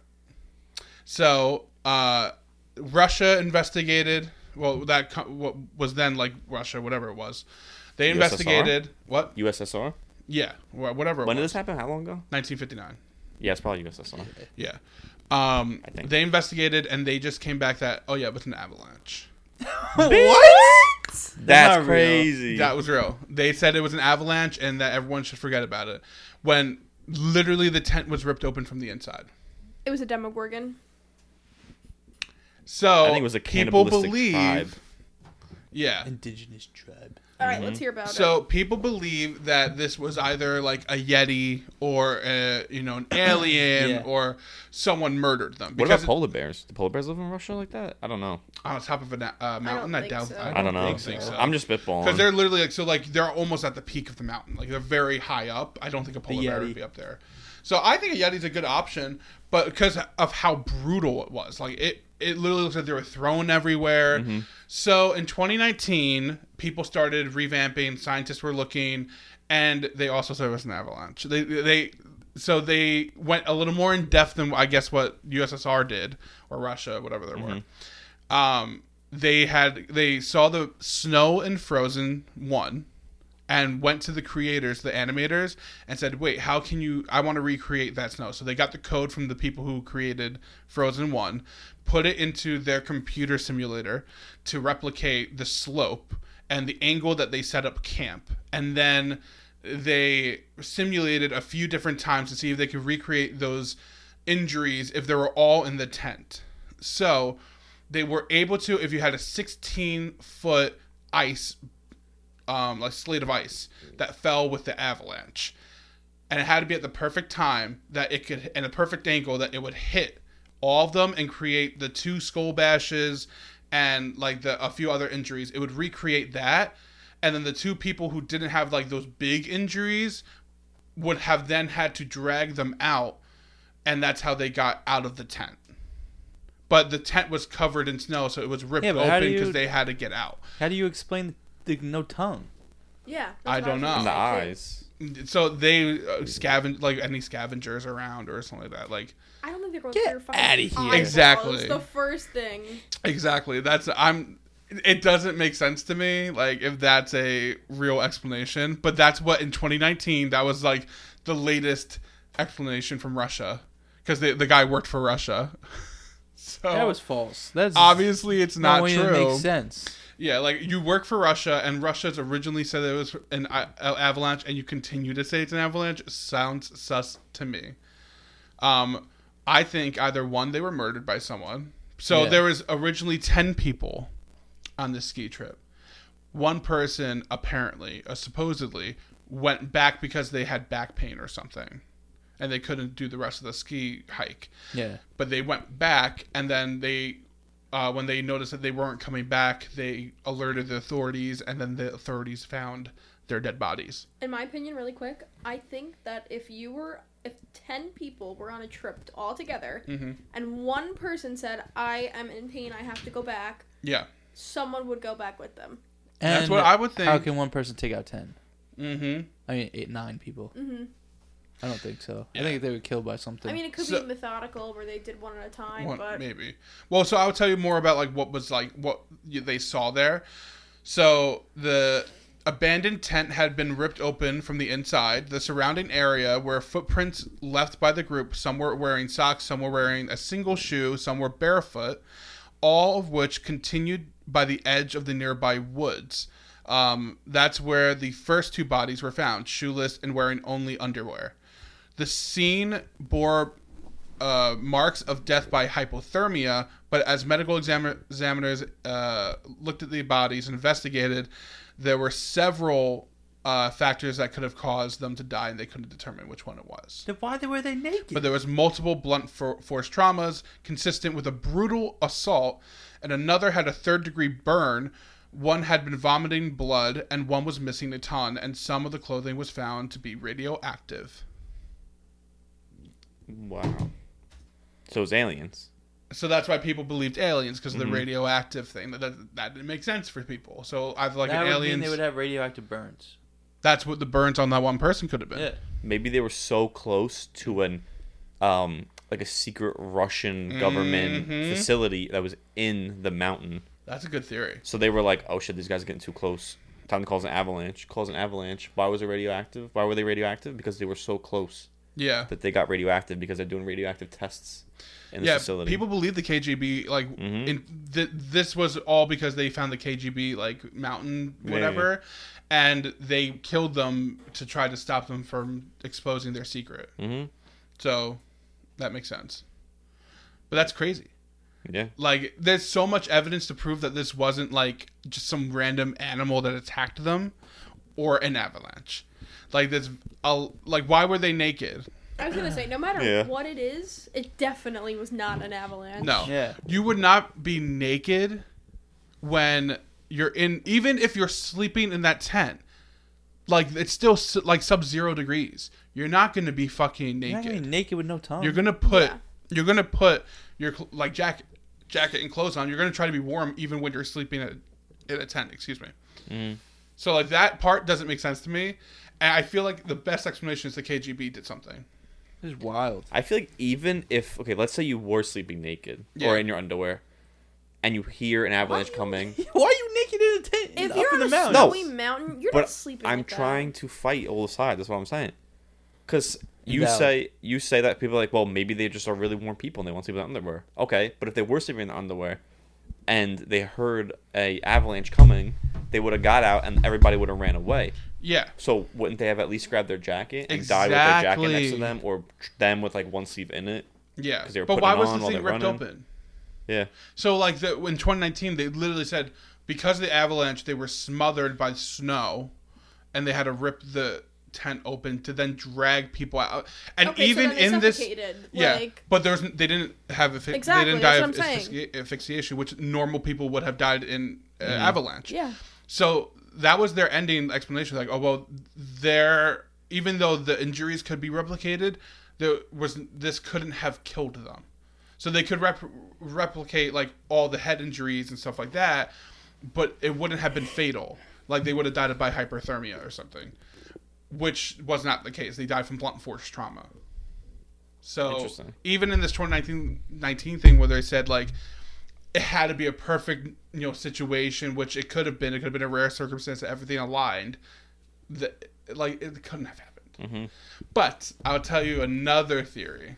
Speaker 4: So uh, Russia investigated. Well, that co- what was then like Russia, whatever it was. They
Speaker 1: USSR?
Speaker 4: investigated what?
Speaker 1: USSR.
Speaker 4: Yeah, wha- whatever. It
Speaker 1: When did
Speaker 4: was.
Speaker 1: this happen? How long ago?
Speaker 4: 1959.
Speaker 1: Yeah, it's probably USSR.
Speaker 4: Yeah. Um,
Speaker 1: think.
Speaker 4: they investigated and they just came back that oh yeah, it was an avalanche.
Speaker 3: What?
Speaker 2: That's
Speaker 1: That's
Speaker 2: not real.
Speaker 1: crazy.
Speaker 4: That was real. They said it was an avalanche and that everyone should forget about it. When literally the tent was ripped open from the inside.
Speaker 3: It was a Demogorgon.
Speaker 4: So
Speaker 1: I think it was a
Speaker 4: people
Speaker 1: cannibalistic
Speaker 4: believe.
Speaker 1: tribe.
Speaker 4: Yeah.
Speaker 2: Indigenous tribe.
Speaker 3: All right,
Speaker 1: Mm-hmm.
Speaker 3: let's hear about it.
Speaker 4: So people believe that this was either like a yeti or a, you know an alien
Speaker 2: Yeah.
Speaker 4: or someone murdered them.
Speaker 1: What about
Speaker 4: Because it-
Speaker 1: polar bears? Do polar bears live in Russia like that? I don't know.
Speaker 4: on top of a na- uh,
Speaker 3: don't
Speaker 4: mountain? Not
Speaker 3: think
Speaker 4: down.
Speaker 3: so.
Speaker 1: I don't, know.
Speaker 4: think so.
Speaker 1: I'm just spitballing.
Speaker 4: Because they're literally like so like they're almost at the peak of the mountain. Like they're very high up. I don't think a polar bear
Speaker 2: Yeti.
Speaker 4: would be up there. So I think a yeti's a good option, but because of how brutal it was, like it it literally looks like they were thrown everywhere. So in 2019, people started revamping. Scientists were looking, and they also said it was an avalanche. They they so they went a little more in depth than I guess what USSR did or Russia, whatever they were um, they had they saw the snow and frozen one and went to the creators the animators and said wait how can you i want to recreate that snow so they got the code from the people who created frozen one put it into their computer simulator to replicate the slope and the angle that they set up camp and then they simulated a few different times to see if they could recreate those injuries if they were all in the tent so they were able to if you had a 16 foot ice um like slate of ice that fell with the avalanche and it had to be at the perfect time that it could and the perfect angle that it would hit all of them and create the two skull bashes and like the a few other injuries it would recreate that and then the two people who didn't have like those big injuries would have then had to drag them out and that's how they got out of the tent but the tent was covered in snow so it was ripped
Speaker 2: Yeah,
Speaker 4: open
Speaker 2: but how
Speaker 4: 'cause
Speaker 2: do
Speaker 4: open because
Speaker 2: you-
Speaker 4: they had to get out
Speaker 2: How do you explain the no tongue?
Speaker 3: yeah. that's
Speaker 4: I
Speaker 3: what
Speaker 4: don't
Speaker 3: was
Speaker 1: in
Speaker 4: know.
Speaker 1: the
Speaker 3: gonna say, too.
Speaker 1: eyes.
Speaker 4: so they uh, scavenge like any scavengers around or something like that like
Speaker 3: I don't think they're going
Speaker 2: Get
Speaker 3: through your fucking
Speaker 2: outta here.
Speaker 3: eyeballs.
Speaker 4: Exactly.
Speaker 3: The first thing.
Speaker 4: exactly that's i'm it doesn't make sense to me like if that's a real explanation but that's what in 2019 that was like the latest explanation from russia because the, the guy worked for russia so
Speaker 2: That was false. That's
Speaker 4: Oh. obviously it's
Speaker 2: no
Speaker 4: not
Speaker 2: way That
Speaker 4: true
Speaker 2: makes sense.
Speaker 4: yeah like you work for russia and russia's originally said it was an a- a- avalanche and you continue to say it's an avalanche sounds sus to me um i think either one they were murdered by someone so
Speaker 2: Yeah.
Speaker 4: there was originally 10 people on this ski trip one person apparently uh, supposedly went back because they had back pain or something and they couldn't do the rest of the ski hike
Speaker 2: Yeah.
Speaker 4: but they went back and then they uh, when they noticed that they weren't coming back they alerted the authorities and then the authorities found their dead bodies
Speaker 3: In my opinion, really quick, I think that if you were, if 10 people were on a trip t- all together
Speaker 4: Mhm.
Speaker 3: and one person said, I am in pain, I have to go back,
Speaker 4: yeah
Speaker 3: someone would go back with them.
Speaker 4: That's
Speaker 2: And
Speaker 4: what I would
Speaker 2: How
Speaker 4: think.
Speaker 2: can one person take out ten?
Speaker 4: mm-hmm
Speaker 2: I mean, eight, nine people.
Speaker 3: hmm
Speaker 2: I don't think so.
Speaker 4: Yeah.
Speaker 2: I think they were killed by something.
Speaker 3: I mean, it could
Speaker 4: So-
Speaker 3: be methodical where they did one at a time,
Speaker 4: One-
Speaker 3: but
Speaker 4: maybe well so i would tell you more about like what was like what y- they saw there so the abandoned tent had been ripped open from the inside the surrounding area were footprints left by the group some were wearing socks some were wearing a single shoe some were barefoot all of which continued by the edge of the nearby woods um, that's where the first two bodies were found shoeless and wearing only underwear the scene bore uh, marks of death by hypothermia, but as medical examiner, examiners uh, looked at the bodies, investigated, there were several uh, factors that could have caused them to die, and they couldn't determine which one it was.
Speaker 2: Then why were they naked?
Speaker 4: But there was multiple blunt for- force traumas consistent with a brutal assault, and another had a third degree burn. One had been vomiting blood, and one was missing a ton, and some of the clothing was found to be radioactive.
Speaker 1: Wow. So it's aliens.
Speaker 4: so that's why people believed aliens because the
Speaker 1: Mhm.
Speaker 4: radioactive thing that, that that didn't make sense for people. So I've like
Speaker 2: that would
Speaker 4: an
Speaker 2: mean
Speaker 4: aliens.
Speaker 2: they would have radioactive burns.
Speaker 4: that's what the burns on that one person could have been.
Speaker 2: Yeah.
Speaker 1: Maybe they were so close to an um like a secret Russian government
Speaker 4: Mhm.
Speaker 1: facility that was in the mountain.
Speaker 4: That's a good theory.
Speaker 1: So they were like, "Oh shit, these guys are getting too close. Time to cause an avalanche. Cause an avalanche. Why was it radioactive? Why were they radioactive? Because they were so close
Speaker 4: Yeah.
Speaker 1: that they got radioactive because they're doing radioactive tests in the
Speaker 4: yeah,
Speaker 1: facility."
Speaker 4: people believe the KGB like
Speaker 1: Mhm.
Speaker 4: in th- this was all because they found the KGB like mountain
Speaker 1: Yeah.
Speaker 4: whatever, and they killed them to try to stop them from exposing their secret.
Speaker 1: hmm
Speaker 4: So that makes sense, but that's crazy.
Speaker 1: Yeah.
Speaker 4: Like, there's so much evidence to prove that this wasn't like just some random animal that attacked them, or an avalanche. Like this, I'll, like why were they naked?
Speaker 3: I was gonna say, no matter
Speaker 1: Yeah.
Speaker 3: what it is, it definitely was not an avalanche.
Speaker 4: No.
Speaker 2: Yeah.
Speaker 4: You would not be naked when you're in, even if you're sleeping in that tent. Like, it's still s- like sub zero degrees. You're not going to be fucking
Speaker 2: You're not
Speaker 4: naked.
Speaker 2: gonna be naked with no tongue.
Speaker 4: You're going to put,
Speaker 3: Um, Yeah.
Speaker 4: you're going to put your, cl- like, jacket, jacket and clothes on. You're going to try to be warm even when you're sleeping in a, in a tent, excuse me.
Speaker 1: Mm.
Speaker 4: So, like, that part doesn't make sense to me. And I feel like the best explanation is the KGB did something.
Speaker 2: This is wild.
Speaker 1: I feel like even if okay, let's say you were sleeping naked
Speaker 4: Yeah.
Speaker 1: or in your underwear, and you hear an avalanche coming.
Speaker 2: Why are you naked in a tent?
Speaker 3: If
Speaker 2: up in
Speaker 3: you're on
Speaker 2: the
Speaker 3: a
Speaker 2: mountain?
Speaker 1: No.
Speaker 3: snowy mountain, you're
Speaker 1: But
Speaker 3: not sleeping.
Speaker 1: I'm
Speaker 3: like that.
Speaker 1: trying to fight all the sides. That's what I'm saying. Because you
Speaker 2: Invalid.
Speaker 1: say you say that people are like, well, maybe they just are really warm people and they want to sleep in their underwear. Okay, but if they were sleeping in their underwear, and they heard a avalanche coming, they would have got out and everybody would have ran away.
Speaker 4: Yeah.
Speaker 1: So wouldn't they have at least grabbed their jacket and died with their jacket next to
Speaker 4: Exactly.
Speaker 1: them, or them with like one sleeve in it?
Speaker 4: Yeah.
Speaker 1: 'Cause they were
Speaker 4: But
Speaker 1: putting
Speaker 4: why
Speaker 1: it
Speaker 4: was
Speaker 1: on
Speaker 4: the
Speaker 1: while
Speaker 4: thing
Speaker 1: they're
Speaker 4: ripped
Speaker 1: running.
Speaker 4: open?
Speaker 1: Yeah,
Speaker 4: So like the, in 2019, they literally said because of the avalanche, they were smothered by snow, and they had to rip the tent open to then drag people out. And
Speaker 3: Okay, so
Speaker 4: even
Speaker 3: then they
Speaker 4: in this,
Speaker 3: suffocated,
Speaker 4: yeah,
Speaker 3: like-
Speaker 4: but there's they didn't have affi-
Speaker 3: Exactly,
Speaker 4: they didn't die
Speaker 3: that's
Speaker 4: of
Speaker 3: what I'm saying.
Speaker 4: asphyxi- asphyxiation, which normal people would have died in uh, avalanche.
Speaker 3: Yeah.
Speaker 4: So that was their ending explanation. Like, oh well, there. Even though the injuries could be replicated, there was this couldn't have killed them. So they could rep- replicate like all the head injuries and stuff like that, but it wouldn't have been fatal. Like they would have died by hyperthermia or something, which was not the case. They died from blunt force trauma. So
Speaker 1: Interesting.
Speaker 4: even in this 2019 19 thing where they said like it had to be a perfect you know situation, which it could have been. It could have been a rare circumstance that everything aligned. That like it couldn't have happened. But I'll tell you another theory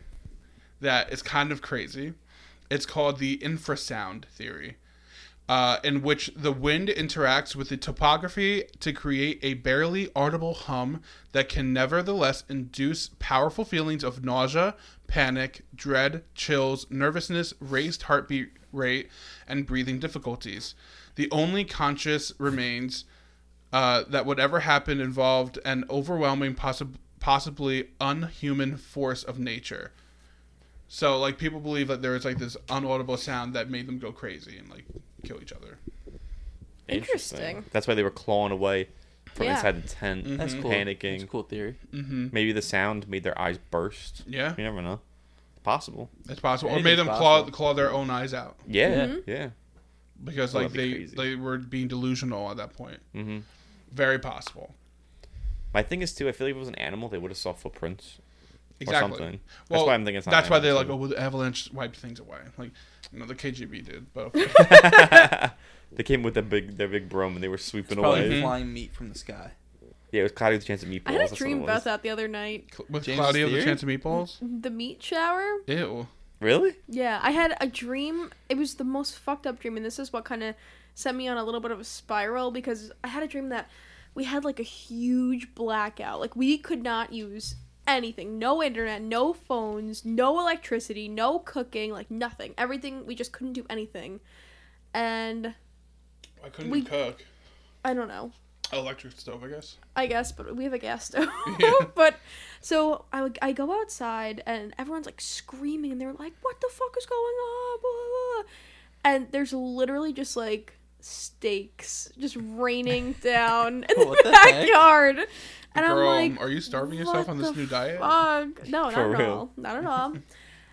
Speaker 4: that is kind of crazy. It's called the infrasound theory, uh, in which the wind interacts with the topography to create a barely audible hum that can nevertheless induce powerful feelings of nausea, panic, dread, chills, nervousness, raised heartbeat rate, and breathing difficulties. The only conscious remains uh, that whatever happened involved an overwhelming, possi- possibly unhuman force of nature. So, like, people believe that there was like this unaudible sound that made them go crazy and like kill each other.
Speaker 3: Interesting.
Speaker 1: That's why they were clawing away from
Speaker 3: Yeah.
Speaker 1: inside the tent,
Speaker 2: That's cool.
Speaker 1: panicking.
Speaker 2: That's a cool theory.
Speaker 4: Mm-hmm.
Speaker 1: Maybe the sound made their eyes burst.
Speaker 4: Yeah,
Speaker 1: You never know. Possible.
Speaker 4: it's possible. Or
Speaker 2: It
Speaker 4: made
Speaker 2: is
Speaker 4: them claw
Speaker 2: possible.
Speaker 4: claw their own eyes out
Speaker 1: Yeah.
Speaker 3: Mm-hmm.
Speaker 2: Mhm.
Speaker 1: Yeah.
Speaker 4: because
Speaker 1: Oh,
Speaker 4: like
Speaker 1: that'd be
Speaker 4: they
Speaker 1: crazy.
Speaker 4: they were being delusional at that point.
Speaker 1: Mm-hmm.
Speaker 4: Very possible.
Speaker 1: My thing is too. I feel like if it was an animal, they would have saw footprints or
Speaker 4: Exactly.
Speaker 1: something.
Speaker 4: Well,
Speaker 1: that's why I'm thinking. It's not
Speaker 4: that's why
Speaker 1: an
Speaker 4: they're like, oh,
Speaker 1: animal,
Speaker 4: well, the avalanche wiped things away. Like, you know, the KGB did, but okay.
Speaker 1: too. they came with their big their big broom and they were sweeping
Speaker 2: Probably
Speaker 1: away.
Speaker 2: flying meat from the sky.
Speaker 1: Yeah, it was Cloudy with a chance of meatballs.
Speaker 3: I had
Speaker 1: that's
Speaker 3: a
Speaker 1: what
Speaker 3: dream
Speaker 1: it
Speaker 3: about
Speaker 1: was.
Speaker 3: that the other night.
Speaker 4: with
Speaker 2: James's
Speaker 4: Claudio the
Speaker 2: theory?
Speaker 4: Chance of Meatballs.
Speaker 3: The meat shower.
Speaker 4: Ew.
Speaker 1: Really?
Speaker 3: Yeah, I had a dream. It was the most fucked up dream, and this is what kind of sent me on a little bit of a spiral because I had a dream that we had like a huge blackout. Like we could not use anything, no internet, no phones, no electricity, no cooking, like nothing. Everything we just couldn't do anything, and
Speaker 4: I couldn't
Speaker 3: We-
Speaker 4: cook.
Speaker 3: I don't know.
Speaker 4: Electric stove, I guess.
Speaker 3: I guess, but we have a gas stove.
Speaker 4: Yeah.
Speaker 3: but so I, would- I go outside and everyone's like screaming and they're like, "What the fuck is going on?" Blah, blah, blah. And there's literally just like steaks just raining down in
Speaker 2: Oh, What
Speaker 3: the
Speaker 2: the heck?
Speaker 3: backyard, and
Speaker 4: Girl,
Speaker 3: I'm like,
Speaker 4: are you starving
Speaker 3: "What
Speaker 4: yourself on this
Speaker 3: the
Speaker 4: new diet?
Speaker 3: Fuck? No, not
Speaker 1: For
Speaker 3: at
Speaker 1: real.
Speaker 3: all. Not at all.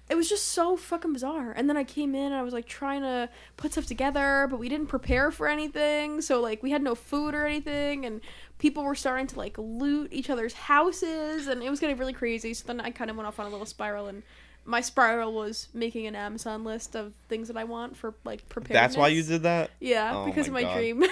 Speaker 3: it was just so fucking bizarre. And then I came in and I was like trying to put stuff together, but we didn't prepare for anything. So like we had no food or anything and people were starting to like loot each other's houses and it was getting really crazy. So then I kind of went off on a little spiral and my spiral was making an Amazon list of things that I want for like preparedness.
Speaker 1: That's why you did that.
Speaker 3: Yeah,
Speaker 1: Oh
Speaker 3: because
Speaker 1: my
Speaker 3: of my
Speaker 1: God.
Speaker 3: dream.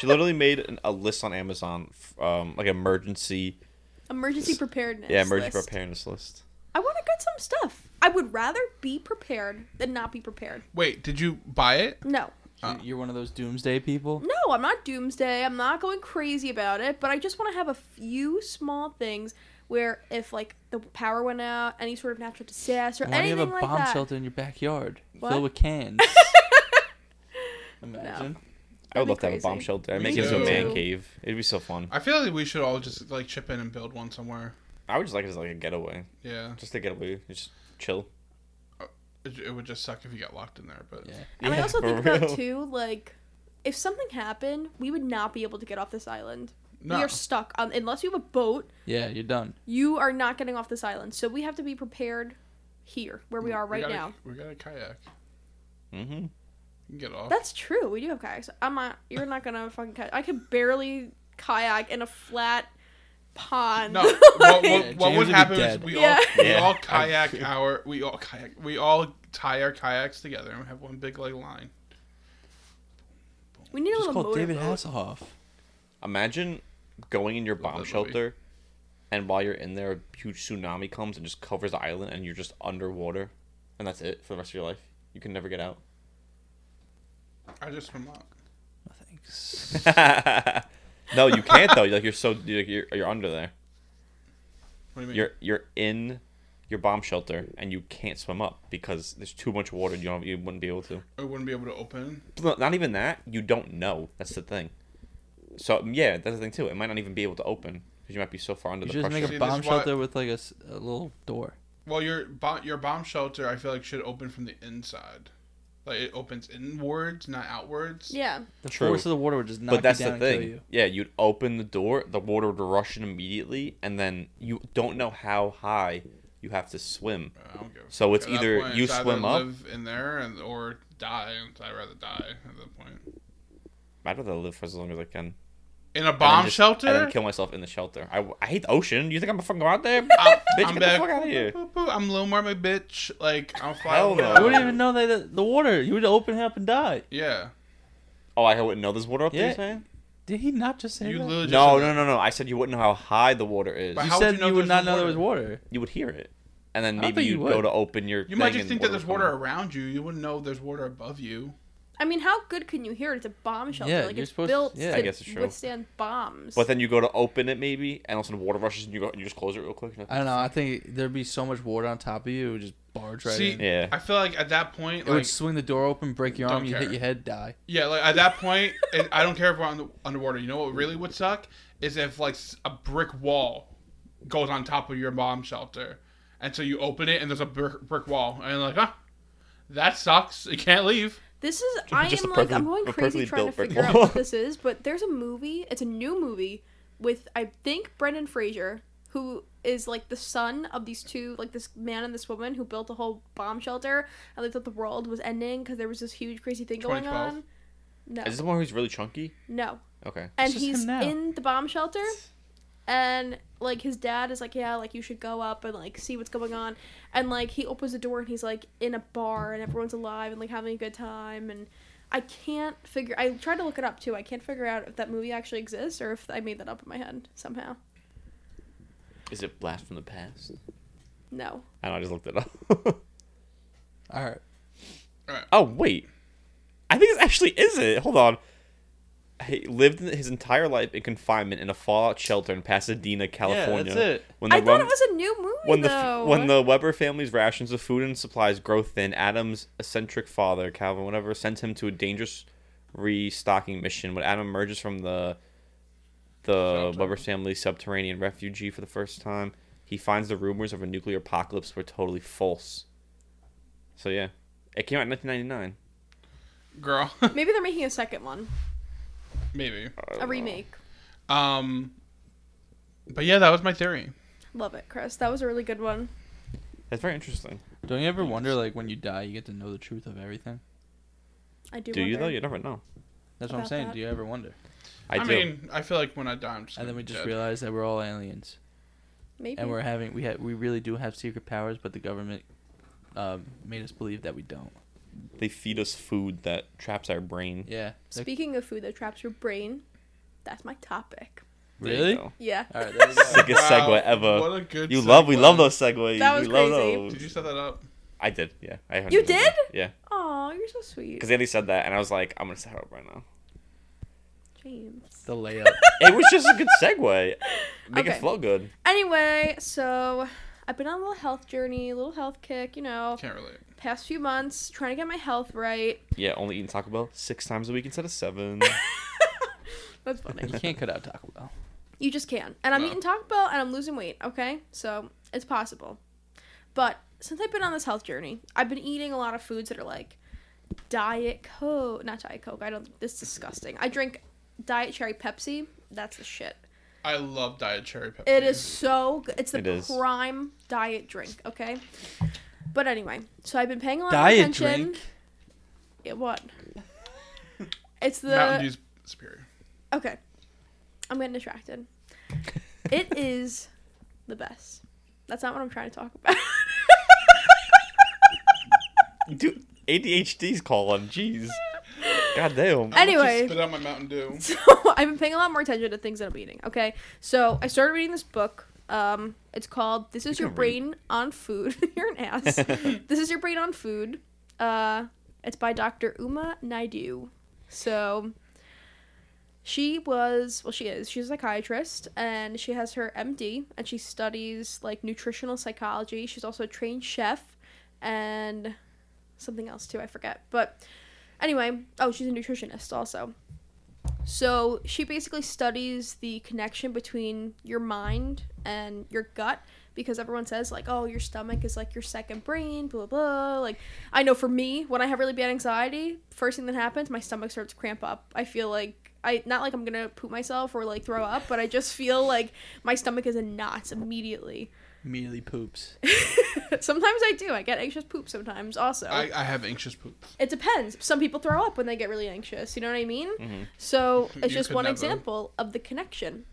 Speaker 1: She literally made an, a list on Amazon, f- um, like emergency,
Speaker 3: emergency preparedness.
Speaker 1: yeah, emergency
Speaker 3: list.
Speaker 1: preparedness list.
Speaker 3: I want to get some stuff. I would rather be prepared than not be prepared.
Speaker 4: Wait, did you buy it?
Speaker 3: No.
Speaker 4: Uh.
Speaker 2: You're one of those doomsday people.
Speaker 3: No, I'm not doomsday. I'm not going crazy about it, but I just want to have a few small things where if like the power went out, any sort of natural disaster,
Speaker 2: Why do you
Speaker 3: anything
Speaker 2: have a
Speaker 3: like
Speaker 2: bomb
Speaker 3: that.
Speaker 2: shelter in your backyard
Speaker 3: What?
Speaker 2: filled with cans? Imagine.
Speaker 1: I would
Speaker 3: That'd
Speaker 1: love
Speaker 3: be
Speaker 1: to have a bomb
Speaker 3: crazy.
Speaker 1: shelter. I'd
Speaker 4: Me
Speaker 1: make it into a
Speaker 4: too.
Speaker 1: man cave. It'd be so fun.
Speaker 4: I feel like we should all just like chip in and build one somewhere.
Speaker 1: I would just like it as like a getaway,
Speaker 4: Yeah,
Speaker 1: just a getaway, just chill.
Speaker 4: it, it would just suck if you got locked in there, but
Speaker 2: Yeah.
Speaker 3: And I
Speaker 1: Yeah,
Speaker 3: also
Speaker 1: for
Speaker 3: think
Speaker 1: real.
Speaker 3: about too, like if something happened, we would not be able to get off this island.
Speaker 4: no.
Speaker 3: We are stuck on unless you have a boat.
Speaker 2: Yeah, you're done.
Speaker 3: You are not getting off this island, so we have to be prepared here where we are right
Speaker 4: got a-
Speaker 3: now.
Speaker 4: we got a kayak.
Speaker 1: Mm-hmm.
Speaker 4: You can get off.
Speaker 3: That's true. We do have kayaks. I'm not. You're not gonna fucking kayak. I could barely kayak in a flat pond.
Speaker 4: No, what, what,
Speaker 2: Yeah,
Speaker 4: what
Speaker 2: James would
Speaker 4: would
Speaker 2: be
Speaker 4: happen is
Speaker 2: dead.
Speaker 4: we
Speaker 3: Yeah.
Speaker 4: all we
Speaker 1: Yeah.
Speaker 4: all kayak our we all kayak we all tie our kayaks together and we have one big like line.
Speaker 3: we need a
Speaker 2: Just
Speaker 3: little
Speaker 2: call
Speaker 3: motor.
Speaker 2: David
Speaker 3: boat.
Speaker 2: Hasselhoff.
Speaker 1: Imagine going in your
Speaker 4: Love
Speaker 1: bomb
Speaker 4: that movie.
Speaker 1: shelter, and while you're in there, a huge tsunami comes and just covers the island, and you're just underwater, and that's it for the rest of your life. You can never get out.
Speaker 4: I just swim out.
Speaker 2: No, thanks.
Speaker 1: no, you can't though. You're, Like you're so you're you're, you're under there.
Speaker 4: What do you mean?
Speaker 1: You're you're in your bomb shelter and you can't swim up because there's too much water. You don't you wouldn't be able to.
Speaker 4: I wouldn't be able to open.
Speaker 1: No, Not even that. You don't know. That's the thing. So um, yeah, that's the thing too. It might not even be able to open because you might be so far under
Speaker 2: you
Speaker 1: the
Speaker 2: should just
Speaker 1: pressure.
Speaker 2: make
Speaker 4: See,
Speaker 2: a
Speaker 4: this
Speaker 2: bomb
Speaker 4: is why-
Speaker 2: shelter with like a, s- a little door.
Speaker 4: Well, your bomb your bomb shelter I feel like should open from the inside. Like it opens inwards, not outwards.
Speaker 3: Yeah.
Speaker 2: The
Speaker 1: True.
Speaker 2: force of the water would just knock
Speaker 1: But that's
Speaker 2: you down
Speaker 1: the
Speaker 2: and kill
Speaker 1: thing.
Speaker 2: you.
Speaker 1: Yeah, you'd open the door, the water would rush in immediately, and then you don't know how high you have to swim.
Speaker 4: I don't give a
Speaker 1: So
Speaker 4: fuck.
Speaker 1: it's
Speaker 4: At that
Speaker 1: either
Speaker 4: point,
Speaker 1: you
Speaker 4: it's either
Speaker 1: swim up-
Speaker 4: live in there and or die. And I'd rather die at that point.
Speaker 1: I'd rather live for as long as I can.
Speaker 4: In a
Speaker 1: And then
Speaker 4: bomb
Speaker 1: just- And
Speaker 4: shelter.
Speaker 1: then kill myself in the shelter. I, I hate the ocean. You think I'm gonna fucking go out there?
Speaker 4: I'm,
Speaker 1: Bitch, get
Speaker 4: I'm
Speaker 1: the
Speaker 4: back.
Speaker 1: fuck outta here.
Speaker 4: Boop, boop, boop. I'm Lil Marmy, bitch. Like I'll fly.
Speaker 1: Hell
Speaker 4: away.
Speaker 1: no.
Speaker 2: I wouldn't even know that the, the water. You would open it up and die.
Speaker 4: Yeah.
Speaker 1: Oh, I wouldn't know there's water up there.
Speaker 2: Yeah.
Speaker 1: You're saying?
Speaker 2: Did he not just say
Speaker 4: You
Speaker 2: that?
Speaker 4: literally just
Speaker 1: No,
Speaker 4: said
Speaker 1: no,
Speaker 4: that.
Speaker 1: no, no. I said you wouldn't know how high the water is.
Speaker 4: But
Speaker 2: you
Speaker 4: how would
Speaker 2: said
Speaker 4: you
Speaker 2: you,
Speaker 4: know
Speaker 2: would
Speaker 4: there's
Speaker 2: not
Speaker 4: no
Speaker 2: know there was water.
Speaker 1: You would hear it, and then
Speaker 2: I don't
Speaker 1: maybe
Speaker 2: think you
Speaker 1: you'd
Speaker 2: would.
Speaker 1: go to open your.
Speaker 4: You
Speaker 1: thing
Speaker 4: might just
Speaker 1: and
Speaker 4: think that
Speaker 1: water's
Speaker 4: there's water
Speaker 1: coming.
Speaker 4: around you. You wouldn't know there's water above you.
Speaker 3: I mean, how good can you hear? It's a bomb shelter.
Speaker 2: Yeah,
Speaker 3: like
Speaker 2: you're
Speaker 3: it's
Speaker 2: supposed-
Speaker 3: built
Speaker 2: yeah.
Speaker 3: to
Speaker 1: I guess it's true.
Speaker 3: withstand bombs.
Speaker 1: But then you go to open it maybe, and all of a sudden water rushes, and you go, you just close it real quick. and
Speaker 2: I don't know. I think there'd be so much water on top of you, it would just barge right
Speaker 4: See,
Speaker 2: in.
Speaker 1: Yeah.
Speaker 4: I feel like at that point,
Speaker 2: It would
Speaker 4: like
Speaker 2: swing the door open, break your arm,
Speaker 4: Don't
Speaker 2: you hit
Speaker 4: care.
Speaker 2: your head, die.
Speaker 4: yeah, like at that point, it, I don't care if we're on the, underwater. You know what really would suck is if like s- a brick wall goes on top of your bomb shelter, and so you open it and there's a brick, brick wall, and you're like, huh, that sucks. You can't leave.
Speaker 3: This is I
Speaker 1: Just
Speaker 3: am
Speaker 1: a
Speaker 3: like
Speaker 1: perfectly-
Speaker 3: I'm going
Speaker 1: a perfectly
Speaker 3: crazy trying to
Speaker 1: built brick
Speaker 3: figure out
Speaker 1: wall.
Speaker 3: what this is, but there's a movie. It's a new movie with I think Brendan Fraser, who is like the son of these two, like this man and this woman who built a whole bomb shelter, and they thought the world was ending because there was this huge crazy thing going
Speaker 4: 2012?
Speaker 3: on. No,
Speaker 1: Is this the one who's really chunky?
Speaker 3: no,
Speaker 1: Okay.
Speaker 2: It's
Speaker 3: and
Speaker 2: just
Speaker 3: he's
Speaker 2: him now.
Speaker 3: in the bomb shelter and like his dad is like yeah like you should go up and like see what's going on and like he opens the door and he's like in a bar and everyone's alive and like having a good time and i can't figure i tried to look it up too i can't figure out if that movie actually exists or if i made that up in my head somehow
Speaker 1: Is it Blast from the Past?
Speaker 3: no
Speaker 1: I don't know. I just looked it up.
Speaker 2: All right.
Speaker 1: oh wait, I think this actually is it. Hold on. He lived in his entire life in confinement in a fallout shelter in Pasadena, California.
Speaker 2: it.
Speaker 1: When
Speaker 3: i thought
Speaker 1: Rum-
Speaker 3: it was a new movie
Speaker 1: when the
Speaker 3: though
Speaker 1: when the Weber family's rations of food and supplies grow thin, Adam's eccentric father, Calvin, whatever, sends him to a dangerous restocking mission. When Adam emerges from the the
Speaker 4: Shelter.
Speaker 1: Weber family subterranean refugee for the first time, he finds the rumors of a nuclear apocalypse were totally false. So yeah, it came out in 1999.
Speaker 4: Girl,
Speaker 3: maybe they're making a second one
Speaker 4: maybe.
Speaker 1: Oh,
Speaker 3: a remake
Speaker 4: Um, but yeah, that was my theory.
Speaker 3: love it chris that was a really good one
Speaker 1: That's very interesting.
Speaker 2: Don't you ever wonder, like, when you die, you get to know the truth of everything?
Speaker 3: I do.
Speaker 1: Do you though?
Speaker 3: wonder.
Speaker 1: You never know.
Speaker 2: That's what I'm
Speaker 3: About
Speaker 2: saying.
Speaker 3: that.
Speaker 2: Do you ever wonder?
Speaker 1: I, do.
Speaker 4: mean, I feel like when I die, I'm just.
Speaker 2: And then we just
Speaker 4: realize.
Speaker 2: realize that we're all aliens,
Speaker 3: Maybe.
Speaker 2: and we're having we ha- we really do have secret powers, but the government um, made us believe that we don't.
Speaker 1: they feed us food that traps our brain.
Speaker 2: Yeah. Like,
Speaker 3: Speaking of food that traps your brain, that's my topic.
Speaker 1: There you
Speaker 2: really?
Speaker 1: go.
Speaker 3: Yeah.
Speaker 2: All right. There we go.
Speaker 1: Sickest segue ever.
Speaker 4: What a good.
Speaker 1: You love. We
Speaker 4: segue.
Speaker 1: love those segues.
Speaker 3: That was
Speaker 1: we love
Speaker 3: crazy.
Speaker 1: those.
Speaker 4: Did you set that up?
Speaker 1: I did. Yeah. I heard
Speaker 3: You
Speaker 1: it.
Speaker 3: did?
Speaker 1: Yeah.
Speaker 3: Aw, you're so sweet,
Speaker 1: Because Andy said that, and I was like, I'm gonna set her up right now.
Speaker 3: James.
Speaker 2: the layup.
Speaker 1: It was just a good segue. Make
Speaker 3: Okay.
Speaker 1: it flow good.
Speaker 3: Anyway, so I've been on a little health journey, a little health kick. You know,
Speaker 4: Can't relate.
Speaker 3: past few months trying to get my health right.
Speaker 1: Yeah. Only eating Taco Bell six times a week instead of seven.
Speaker 3: That's funny.
Speaker 2: you can't cut out Taco Bell.
Speaker 3: You just can. And I'm
Speaker 4: No.
Speaker 3: eating Taco Bell and I'm losing weight, okay? So it's possible. But since I've been on this health journey, I've been eating a lot of foods that are like Diet Coke. Not Diet Coke. I don't. This is disgusting. I drink Diet Cherry Pepsi. That's the shit.
Speaker 4: I love diet cherry Pepsi.
Speaker 3: It is so good. It's the
Speaker 1: It is.
Speaker 3: prime diet drink, okay? But anyway, so I've been paying a lot
Speaker 2: Diet
Speaker 3: of attention.
Speaker 2: drink.
Speaker 3: Yeah, what? It's the.
Speaker 4: Mountain Dew's superior.
Speaker 3: Okay. I'm getting distracted. It is the best. That's not what I'm trying to talk about.
Speaker 1: Dude, ADHD's calling. Jeez. God damn.
Speaker 4: I almost just
Speaker 3: Anyway.
Speaker 4: spit out my Mountain Dew.
Speaker 3: so I've been paying a lot more attention to things that I'm eating. Okay. So I started reading this book. Um, it's called This Is
Speaker 1: You
Speaker 3: Your
Speaker 1: can read.
Speaker 3: Brain on Food. You're an ass. this is Your Brain on Food. Uh, it's by Dr. Uma Naidu. So she was, well, she is, she's a psychiatrist and she has her MD and she studies like nutritional psychology. She's also a trained chef and something else too, I forget. But anyway, oh, she's a nutritionist also. So she basically studies the connection between your mind and your gut because everyone says like, oh, your stomach is like your second brain, blah blah. Like I know for me, when I have really bad anxiety, first thing that happens, my stomach starts to cramp up. I feel like I not like I'm gonna poop myself or like throw up, but I just feel like my stomach is in knots immediately.
Speaker 2: Immediately poops.
Speaker 3: sometimes I do. I get anxious poop sometimes also.
Speaker 4: I, I have anxious poops.
Speaker 3: It depends. Some people throw up when they get really anxious. You know what I mean?
Speaker 1: Mm-hmm.
Speaker 3: So
Speaker 4: You
Speaker 3: it's just
Speaker 4: could
Speaker 3: one
Speaker 4: never.
Speaker 3: example of the connection.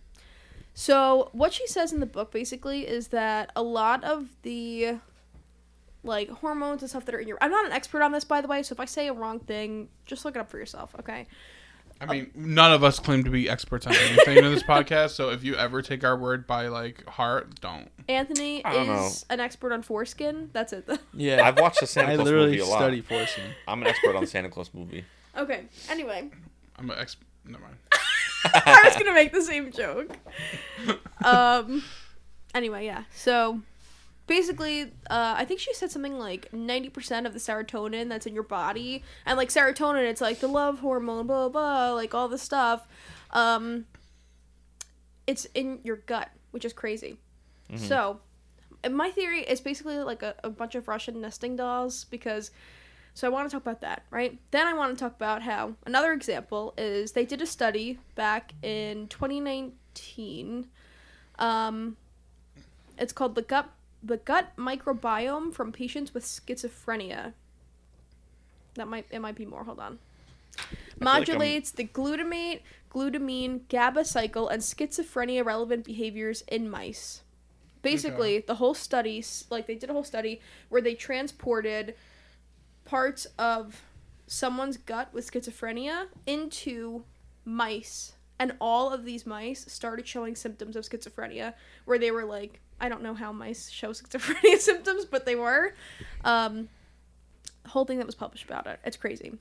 Speaker 3: So what she says in the book basically is that a lot of the like hormones and stuff that are in your I'm not an expert on this by the way, so if I say a wrong thing, just look it up for yourself, okay?
Speaker 4: I mean, none of us claim to be experts on anything in this podcast. So if you ever take our word by like heart, don't.
Speaker 3: Anthony
Speaker 1: I don't
Speaker 3: is an expert on foreskin. That's it.
Speaker 2: Yeah.
Speaker 1: I've watched the Santa
Speaker 2: I
Speaker 1: Claus
Speaker 2: literally
Speaker 1: movie a lot.
Speaker 2: study forcing.
Speaker 1: I'm an expert on the Santa Claus movie.
Speaker 3: okay. Anyway,
Speaker 4: I'm an expert. Never mind.
Speaker 3: I was going to make the same joke. um anyway yeah so basically uh, i think she said something like 90% of the serotonin that's in your body and like serotonin it's like the love hormone blah blah, blah like all this stuff um it's in your gut which is crazy so and my theory is basically like a, a bunch of russian nesting dolls because so i want to talk about that right then i want to talk about how another example is they did a study back in 2019 um, it's called the gut the gut microbiome from patients with schizophrenia. That might it might be more. Hold on.
Speaker 1: like I'm-
Speaker 3: Modulates the glutamate, glutamine, GABA cycle, and schizophrenia relevant behaviors in mice. Basically, the whole study, s- like they did a whole study where they transported parts of someone's gut with schizophrenia into mice and all of these mice started showing symptoms of schizophrenia where they were like i don't know how mice show schizophrenia symptoms but they were um whole thing that was published about it it's crazy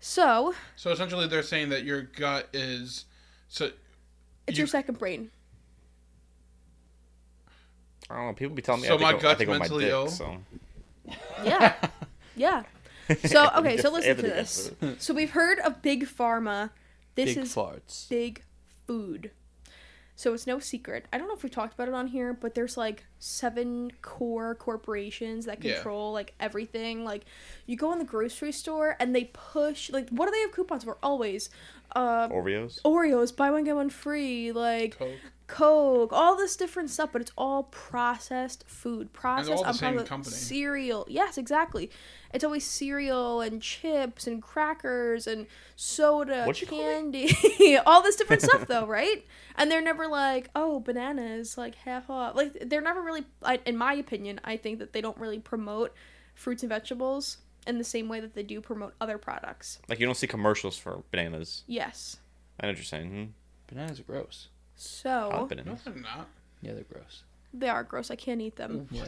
Speaker 3: so
Speaker 4: So essentially, they're saying that your gut is so.
Speaker 3: it's
Speaker 4: You-
Speaker 3: your second brain
Speaker 1: I don't know. People be telling me
Speaker 4: So
Speaker 1: I think
Speaker 4: my
Speaker 1: of- I
Speaker 4: gut's
Speaker 1: think of my
Speaker 4: mentally
Speaker 1: dick,
Speaker 4: ill?
Speaker 1: So.
Speaker 3: yeah yeah so okay so
Speaker 1: Just
Speaker 3: listen to
Speaker 1: Anthony
Speaker 3: this
Speaker 1: answered it.
Speaker 3: so we've heard of big pharma this
Speaker 2: Big
Speaker 3: is
Speaker 2: farts.
Speaker 3: big food. So it's no secret. I don't know if we talked about it on here, but there's like seven core corporations that
Speaker 4: Yeah.
Speaker 3: control like everything. Like you go in the grocery store and they push like what do they have coupons for? Always. Uh
Speaker 1: Oreos.
Speaker 3: Oreos, buy one get one free, like
Speaker 4: Coke.
Speaker 3: Coke, all this different stuff, but it's all processed food. Processed
Speaker 4: all the
Speaker 3: I'm
Speaker 4: same
Speaker 3: talking about
Speaker 4: company.
Speaker 3: cereal. Yes, exactly. It's always cereal and chips and crackers and soda,
Speaker 1: What'd you call me?
Speaker 3: candy, all this different stuff though, right? And they're never like, oh, bananas, like half off. Like they're never really, I, in my opinion, I think that they don't really promote fruits and vegetables in the same way that they do promote other products.
Speaker 1: Like you don't see commercials for bananas.
Speaker 3: Yes.
Speaker 1: I know what you're saying.
Speaker 2: Bananas are gross.
Speaker 1: Hmm. Hot
Speaker 3: So
Speaker 1: bananas.
Speaker 4: No, they're not.
Speaker 2: Yeah, they're gross.
Speaker 3: they are gross. I can't eat them.
Speaker 2: Yeah.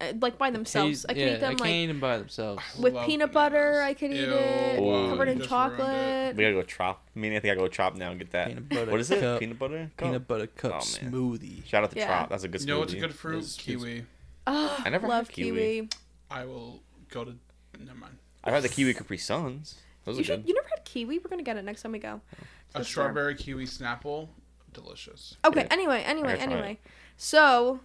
Speaker 3: Uh, Like by themselves. I can
Speaker 2: yeah,
Speaker 3: eat them
Speaker 2: I can't
Speaker 3: like
Speaker 2: eat them by themselves.
Speaker 4: I
Speaker 3: with
Speaker 4: love
Speaker 3: peanut butter.
Speaker 4: bananas.
Speaker 3: I could eat
Speaker 4: Ew,
Speaker 3: it
Speaker 1: Ooh.
Speaker 3: covered in
Speaker 4: just ruined it.
Speaker 3: chocolate.
Speaker 1: We gotta go chop. Me and Anthony gotta go chop now and get that.
Speaker 2: Peanut butter
Speaker 1: what is it?
Speaker 2: cup.
Speaker 1: Peanut butter. cup?
Speaker 2: Peanut butter cup
Speaker 1: Oh, man.
Speaker 2: smoothie.
Speaker 1: Shout out to
Speaker 3: Yeah.
Speaker 1: chop. That's a good.
Speaker 4: You know what's a
Speaker 1: smoothie.
Speaker 4: good fruit?
Speaker 2: It's-
Speaker 4: Kiwi.
Speaker 3: Oh,
Speaker 1: I never
Speaker 3: love
Speaker 1: had
Speaker 3: kiwi.
Speaker 1: kiwi.
Speaker 4: I will go to. Never mind.
Speaker 1: I've had the kiwi Capri Suns. Those
Speaker 3: You
Speaker 1: are
Speaker 3: should.
Speaker 1: good. Oh.
Speaker 3: You never had kiwi? We're gonna get it next time we go.
Speaker 4: A
Speaker 3: Just for-
Speaker 4: strawberry kiwi Snapple, delicious.
Speaker 3: Okay.
Speaker 1: Yeah.
Speaker 3: Anyway. Anyway.
Speaker 1: try it.
Speaker 3: Anyway. So,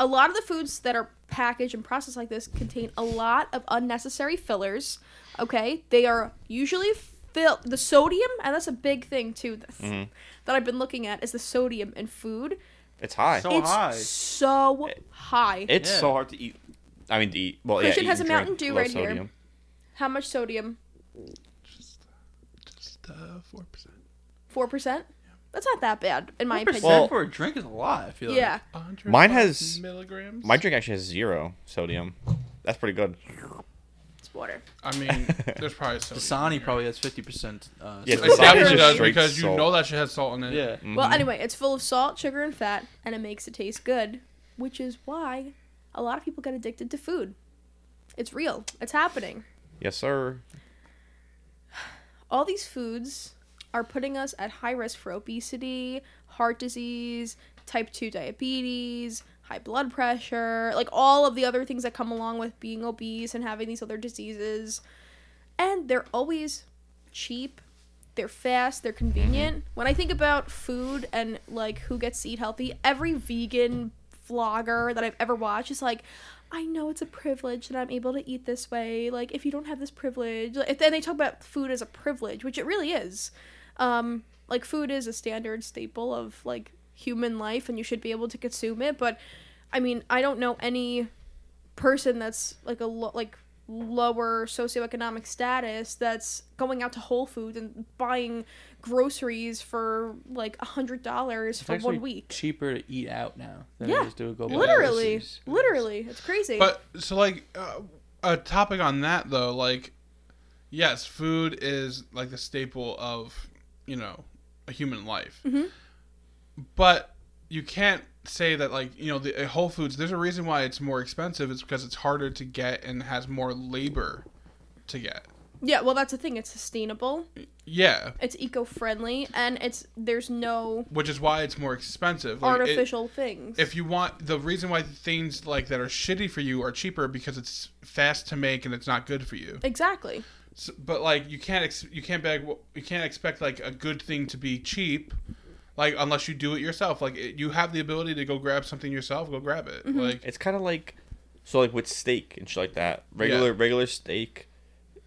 Speaker 3: a lot of the foods that are packaged and processed like this contain a lot of unnecessary fillers. Okay. They are usually fill the sodium, and that's a big thing too. That,
Speaker 1: Mhm.
Speaker 3: that I've been looking at is the sodium in food.
Speaker 1: It's high.
Speaker 2: So
Speaker 3: it's
Speaker 2: high.
Speaker 3: so high.
Speaker 1: it's
Speaker 2: Yeah.
Speaker 1: so hard to eat. I mean, to eat. Well,
Speaker 3: Christian
Speaker 1: yeah. eat
Speaker 3: has
Speaker 1: and
Speaker 3: a
Speaker 1: drink.
Speaker 3: Mountain Dew
Speaker 1: Low
Speaker 3: right here.
Speaker 1: sodium.
Speaker 3: How much sodium?
Speaker 4: Just, just uh, four percent.
Speaker 3: Four percent. That's not that bad in my
Speaker 2: 4%
Speaker 3: opinion.
Speaker 1: Well-
Speaker 2: for a drink is a lot. I feel like.
Speaker 3: yeah.
Speaker 1: Mine has-
Speaker 4: milligrams.
Speaker 1: My drink actually has zero sodium. That's pretty good.
Speaker 3: It's water.
Speaker 4: I mean, there's probably so.
Speaker 2: Dasani probably has fifty percent. Uh,
Speaker 1: Yeah,
Speaker 2: so-
Speaker 4: It
Speaker 1: Dasani
Speaker 4: definitely
Speaker 1: is just
Speaker 4: does
Speaker 1: straight
Speaker 4: because you
Speaker 1: salt.
Speaker 4: know that shit has salt in it.
Speaker 2: yeah.
Speaker 1: Mm-hmm.
Speaker 3: Well, anyway, it's full of salt, sugar, and fat, and it makes it taste good, which is why a lot of people get addicted to food. It's real. It's happening.
Speaker 1: Yes, sir.
Speaker 3: All these foods are putting us at high risk for obesity, heart disease, type 2 diabetes, high blood pressure, like all of the other things that come along with being obese and having these other diseases. And they're always cheap, they're fast, they're convenient. When I think about food and like who gets to eat healthy, every vegan vlogger that I've ever watched is like, I know it's a privilege that I'm able to eat this way. Like, if you don't have this privilege, like, if- and they talk about food as a privilege, which it really is. Um, like, food is a standard staple of like human life, and you should be able to consume it. But, I mean, I don't know any person that's like a lo- like lower socioeconomic status that's going out to Whole Foods and buying groceries for like a hundred dollars
Speaker 2: It's
Speaker 3: for
Speaker 2: actually
Speaker 3: one week.
Speaker 2: cheaper to eat out now than
Speaker 3: Yeah.
Speaker 2: it is to go buy
Speaker 3: Literally,
Speaker 2: groceries.
Speaker 3: literally, it's crazy.
Speaker 4: But so like uh, a topic on that though, like yes, food is like the staple of you know a human life, but you can't say that like you know the uh, Whole Foods. There's a reason why it's more expensive. It's because it's harder to get and has more labor to get.
Speaker 3: yeah, well, that's the thing. It's sustainable.
Speaker 4: Yeah,
Speaker 3: it's eco-friendly and it's there's no
Speaker 4: which is why it's more expensive. Like, it-
Speaker 3: artificial things
Speaker 4: if you want the reason why things like that are shitty for you are cheaper because it's fast to make and it's not good for you.
Speaker 3: exactly
Speaker 4: S but like you can't ex- you can't beg you can't expect like a good thing to be cheap, like unless you do it yourself. Like it, you have the ability to go grab something yourself, go grab it. Like
Speaker 1: It's kind of like, so like with steak and shit like that. Regular regular steak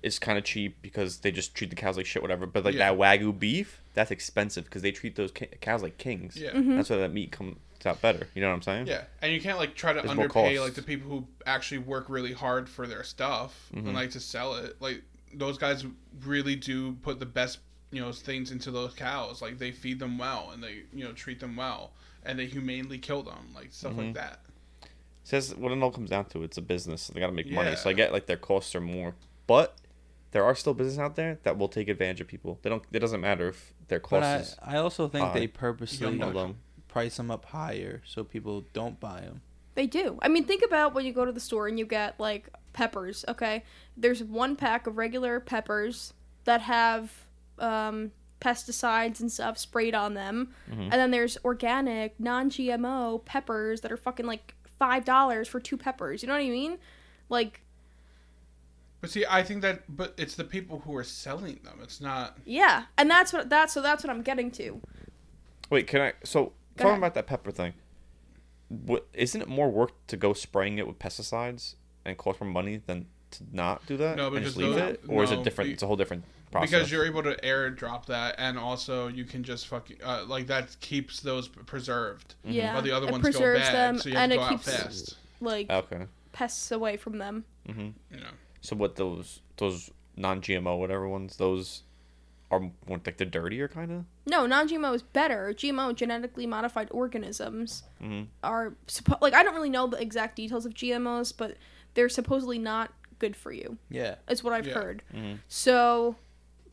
Speaker 1: is kind of cheap because they just treat the cows like shit, whatever. But like
Speaker 4: Yeah.
Speaker 1: that wagyu beef, that's expensive because they treat those ca- cows like kings.
Speaker 4: yeah,
Speaker 2: Mm-hmm.
Speaker 1: That's why that meat comes out better. You know what I'm saying?
Speaker 4: yeah, and you can't like try to
Speaker 1: There's more
Speaker 4: underpay
Speaker 1: costs.
Speaker 4: like the people who actually work really hard for their stuff
Speaker 1: Mm-hmm.
Speaker 4: and like to sell it. Like those guys really do put the best you know things into those cows. Like they feed them well and they you know treat them well and they humanely kill them like stuff
Speaker 1: Mm-hmm.
Speaker 4: like that.
Speaker 1: says what it all comes down to it's a business so they got to make money so i
Speaker 4: Yeah.
Speaker 1: get like their costs are more but there are still businesses out there that will take advantage of people they don't it doesn't matter if their
Speaker 2: But
Speaker 1: cost
Speaker 2: I,
Speaker 1: is
Speaker 2: I also think
Speaker 1: high.
Speaker 2: they purposely
Speaker 1: young alone
Speaker 2: price them up higher so people don't buy them.
Speaker 3: they do i mean think about when you go to the store and you get like peppers okay there's one pack of regular peppers that have um pesticides and stuff sprayed on them
Speaker 4: Mm-hmm.
Speaker 3: and then there's organic non-gmo peppers that are fucking like five dollars for two peppers you know what i mean like
Speaker 4: But see, I think that, but it's the people who are selling them. It's not.
Speaker 3: yeah and that's what that's so that's what i'm getting to
Speaker 1: wait can i so
Speaker 3: Go
Speaker 1: talking
Speaker 3: ahead.
Speaker 1: about that pepper thing what isn't it more work to go spraying it with pesticides and cost more money than to not do that
Speaker 4: No,
Speaker 1: and just
Speaker 4: because
Speaker 1: leave
Speaker 4: those-
Speaker 1: it or is
Speaker 4: no,
Speaker 1: it different
Speaker 4: you-
Speaker 1: it's a whole different process.
Speaker 4: because you're able to airdrop that, and also you can just fuck uh, like that keeps those preserved.
Speaker 1: Mm-hmm.
Speaker 3: Yeah,
Speaker 4: While the other
Speaker 3: it
Speaker 4: ones go
Speaker 3: preserves
Speaker 4: bad,
Speaker 3: them
Speaker 4: so you have
Speaker 3: and
Speaker 4: to
Speaker 3: it
Speaker 4: go
Speaker 3: keeps
Speaker 4: out fast.
Speaker 3: like
Speaker 1: okay.
Speaker 3: pests away from them.
Speaker 4: You know.
Speaker 1: So what those those non-GMO whatever ones those are more like the dirtier kind of.
Speaker 3: No, non-GMO is better. GMO, genetically modified organisms, are suppo- like I don't really know the exact details of GMOs, but they're supposedly not good for you.
Speaker 2: Yeah.
Speaker 3: Is what I've
Speaker 4: Yeah.
Speaker 3: heard. So,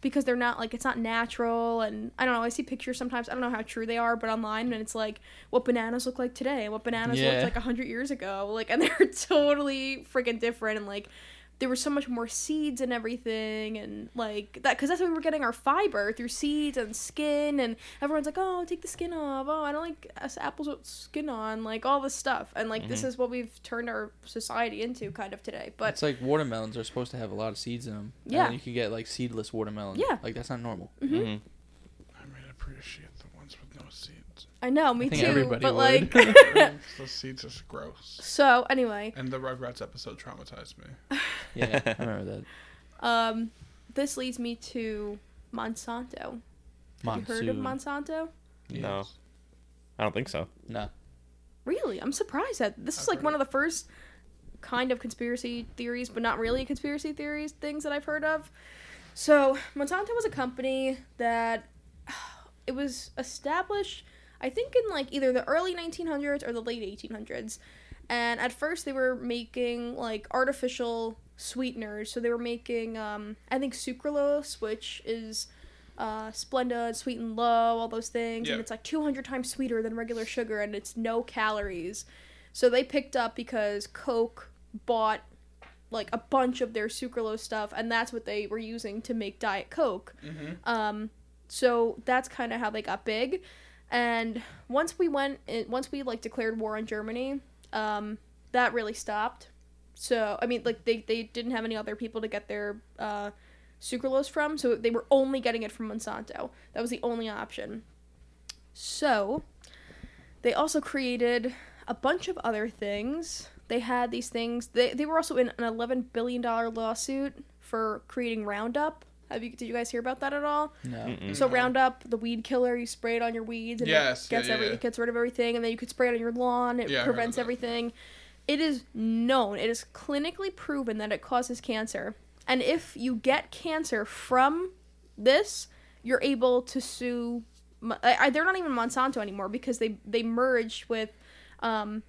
Speaker 3: because they're not like it's not natural, and I don't know. I see pictures sometimes. I don't know how true they are, but online, and it's like what bananas look like today, and what bananas
Speaker 2: Yeah.
Speaker 3: looked like hundred years ago, like, and they're totally freaking different, and like. There was so much more seeds and everything, and like that, because that's how we were getting our fiber through seeds and skin. And everyone's like, "Oh, take the skin off. Oh, I don't like us apples with skin on. Like all this stuff." And like this is what we've turned our society into, kind of today. But
Speaker 2: It's like watermelons are supposed to have a lot of seeds in them.
Speaker 3: Yeah.
Speaker 2: And then you could get like seedless watermelon.
Speaker 3: Yeah.
Speaker 2: Like that's not normal.
Speaker 3: Mm-hmm.
Speaker 1: Mm-hmm.
Speaker 4: I might appreciate the ones with no seeds.
Speaker 3: I know, me
Speaker 2: I think
Speaker 3: too.
Speaker 2: everybody
Speaker 3: but
Speaker 2: would.
Speaker 3: like,
Speaker 4: Those seeds are gross.
Speaker 3: so anyway,
Speaker 4: And the Rugrats episode traumatized me.
Speaker 2: Yeah. I remember that.
Speaker 3: um, this leads me to Monsanto. Have You heard of
Speaker 2: Monsoon.
Speaker 3: Monsanto?
Speaker 1: No. I don't think so.
Speaker 2: Nah.
Speaker 3: Really, I'm surprised that this is
Speaker 4: I've
Speaker 3: like
Speaker 4: heard
Speaker 3: one of the first kind of conspiracy theories, but not really conspiracy theories things that I've heard of. So Monsanto was a company that it was established, I think, in like either the early 1900s or the late 1800s. And at first, they were making like artificial sweeteners. So they were making, um, I think, sucralose, which is uh, Splenda, it's sweet and low, all those things.
Speaker 4: Yeah.
Speaker 3: And it's like 200 times sweeter than regular sugar, and it's no calories. So they picked up because Coke bought like a bunch of their sucralose stuff, and that's what they were using to make Diet Coke. Um, so that's kind of how they got big. And once we went, in, once we like declared war on Germany, um, that really stopped. So I mean, like they they didn't have any other people to get their uh, sucralose from, so they were only getting it from Monsanto. That was the only option. So they also created a bunch of other things. They had these things. They they were also in an eleven billion dollar lawsuit for creating Roundup. Have you did you guys hear about that at all?
Speaker 2: No.
Speaker 1: Mm.
Speaker 3: So Roundup, the weed killer, you spray it on your weeds and
Speaker 4: Mm-hmm. Yes,
Speaker 3: it gets
Speaker 4: yeah, yeah,
Speaker 3: every,
Speaker 4: yeah.
Speaker 3: it gets rid of everything, and then you could spray it on your lawn. It
Speaker 4: Yeah, I heard of
Speaker 3: prevents
Speaker 4: that.
Speaker 3: everything. It is known. It is clinically proven that it causes cancer. And if you get cancer from this, you're able to sue. Mo- I, I- they're not even Monsanto anymore because they they merged with um,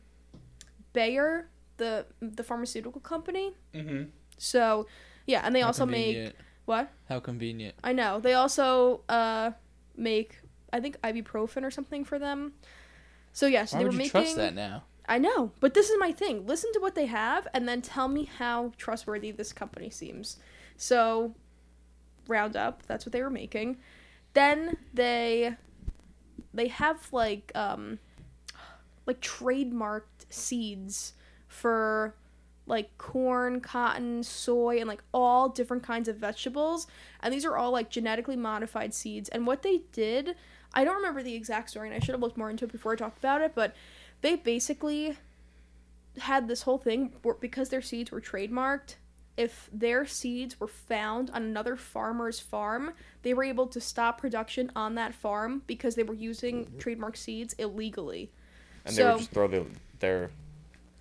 Speaker 3: Bayer, the the pharmaceutical company.
Speaker 4: Mm-hmm.
Speaker 3: So yeah, and they also make what?
Speaker 2: How convenient.
Speaker 3: I know. They also uh make I think ibuprofen or something for them. So yeah, so
Speaker 2: Why
Speaker 3: they
Speaker 2: would
Speaker 3: were
Speaker 2: you
Speaker 3: making
Speaker 2: trust that now?
Speaker 3: I know, but this is my thing. Listen to what they have and then tell me how trustworthy this company seems. So Roundup, that's what they were making. Then they they have like um like trademarked seeds for like corn, cotton, soy, and like all different kinds of vegetables. And these are all like genetically modified seeds. And what they did, I don't remember the exact story, and I should have looked more into it before I talked about it, but they basically had this whole thing where, because their seeds were trademarked. If their seeds were found on another farmer's farm, they were able to stop production on that farm because they were using trademark seeds illegally.
Speaker 1: And they would
Speaker 3: So-
Speaker 1: just throw their their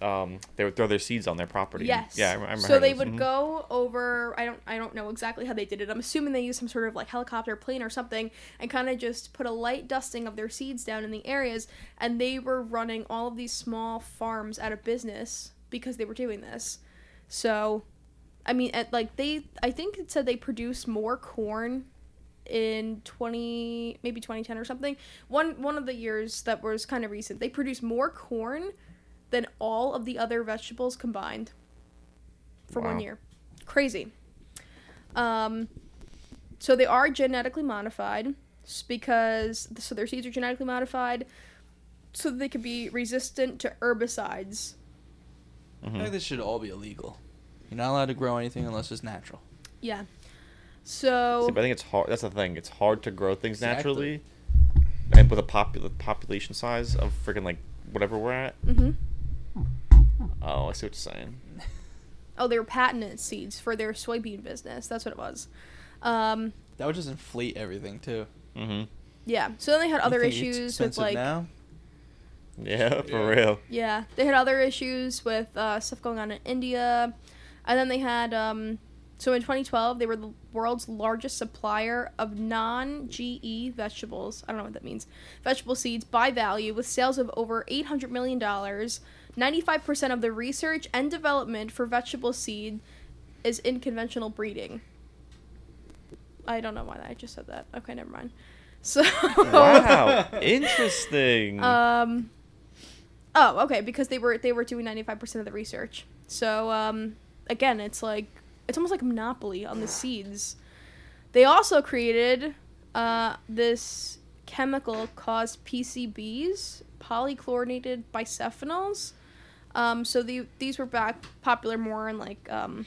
Speaker 1: um they would throw their seeds on their property.
Speaker 3: Yes.
Speaker 1: Yeah. I, rem- I remember
Speaker 3: so they
Speaker 1: this.
Speaker 3: would
Speaker 1: Mhm.
Speaker 3: go over. I don't. I don't know exactly how they did it. I'm assuming they used some sort of like helicopter, plane, or something, and kind of just put a light dusting of their seeds down in the areas. And they were running all of these small farms out of business because they were doing this. So, I mean, at, like they. I think it said they produce more corn in 20 maybe 2010 or something one one of the years that was kind of recent they produced more corn than all of the other vegetables combined for one
Speaker 1: Wow.
Speaker 3: year. Crazy. Um, so they are genetically modified s- because so their seeds are genetically modified so that they could be resistant to herbicides.
Speaker 1: Hmm. Mm-hmm.
Speaker 2: I think this should all be illegal. You're not allowed to grow anything unless it's natural.
Speaker 3: Yeah.
Speaker 1: See,
Speaker 3: So
Speaker 1: but I think it's hard. That's the thing. It's hard to grow things
Speaker 2: Exactly.
Speaker 1: naturally, and with a popul- population size of freaking like whatever we're at.
Speaker 3: Mhm.
Speaker 1: Oh, I see what you're saying.
Speaker 3: oh they were patented seeds for their soybean business. That's what it was. Um,
Speaker 2: That would just inflate everything too.
Speaker 1: Mm-hmm.
Speaker 3: yeah. So then they had other
Speaker 2: You think it's
Speaker 3: issues with
Speaker 2: expensive
Speaker 3: like
Speaker 2: now?
Speaker 1: Yeah, for
Speaker 4: Yeah.
Speaker 1: real.
Speaker 3: yeah, they had other issues with uh, stuff going on in India, and then they had um, so in 2012 they were the world's largest supplier of non-GE vegetables. I don't know what that means. Vegetable seeds by value with sales of over 800 million dollars. 95% of the research and development for vegetable seed is in conventional breeding. I don't know why I just said that. Okay, never mind. So
Speaker 1: Wow, interesting.
Speaker 3: um, oh, okay, because they were they were doing ninety five percent of the research. So um, again, it's like it's almost like a monopoly on the seeds. They also created uh, this chemical caused PCBs, polychlorinated bisophenols. Um, so the, these were back popular more in like um,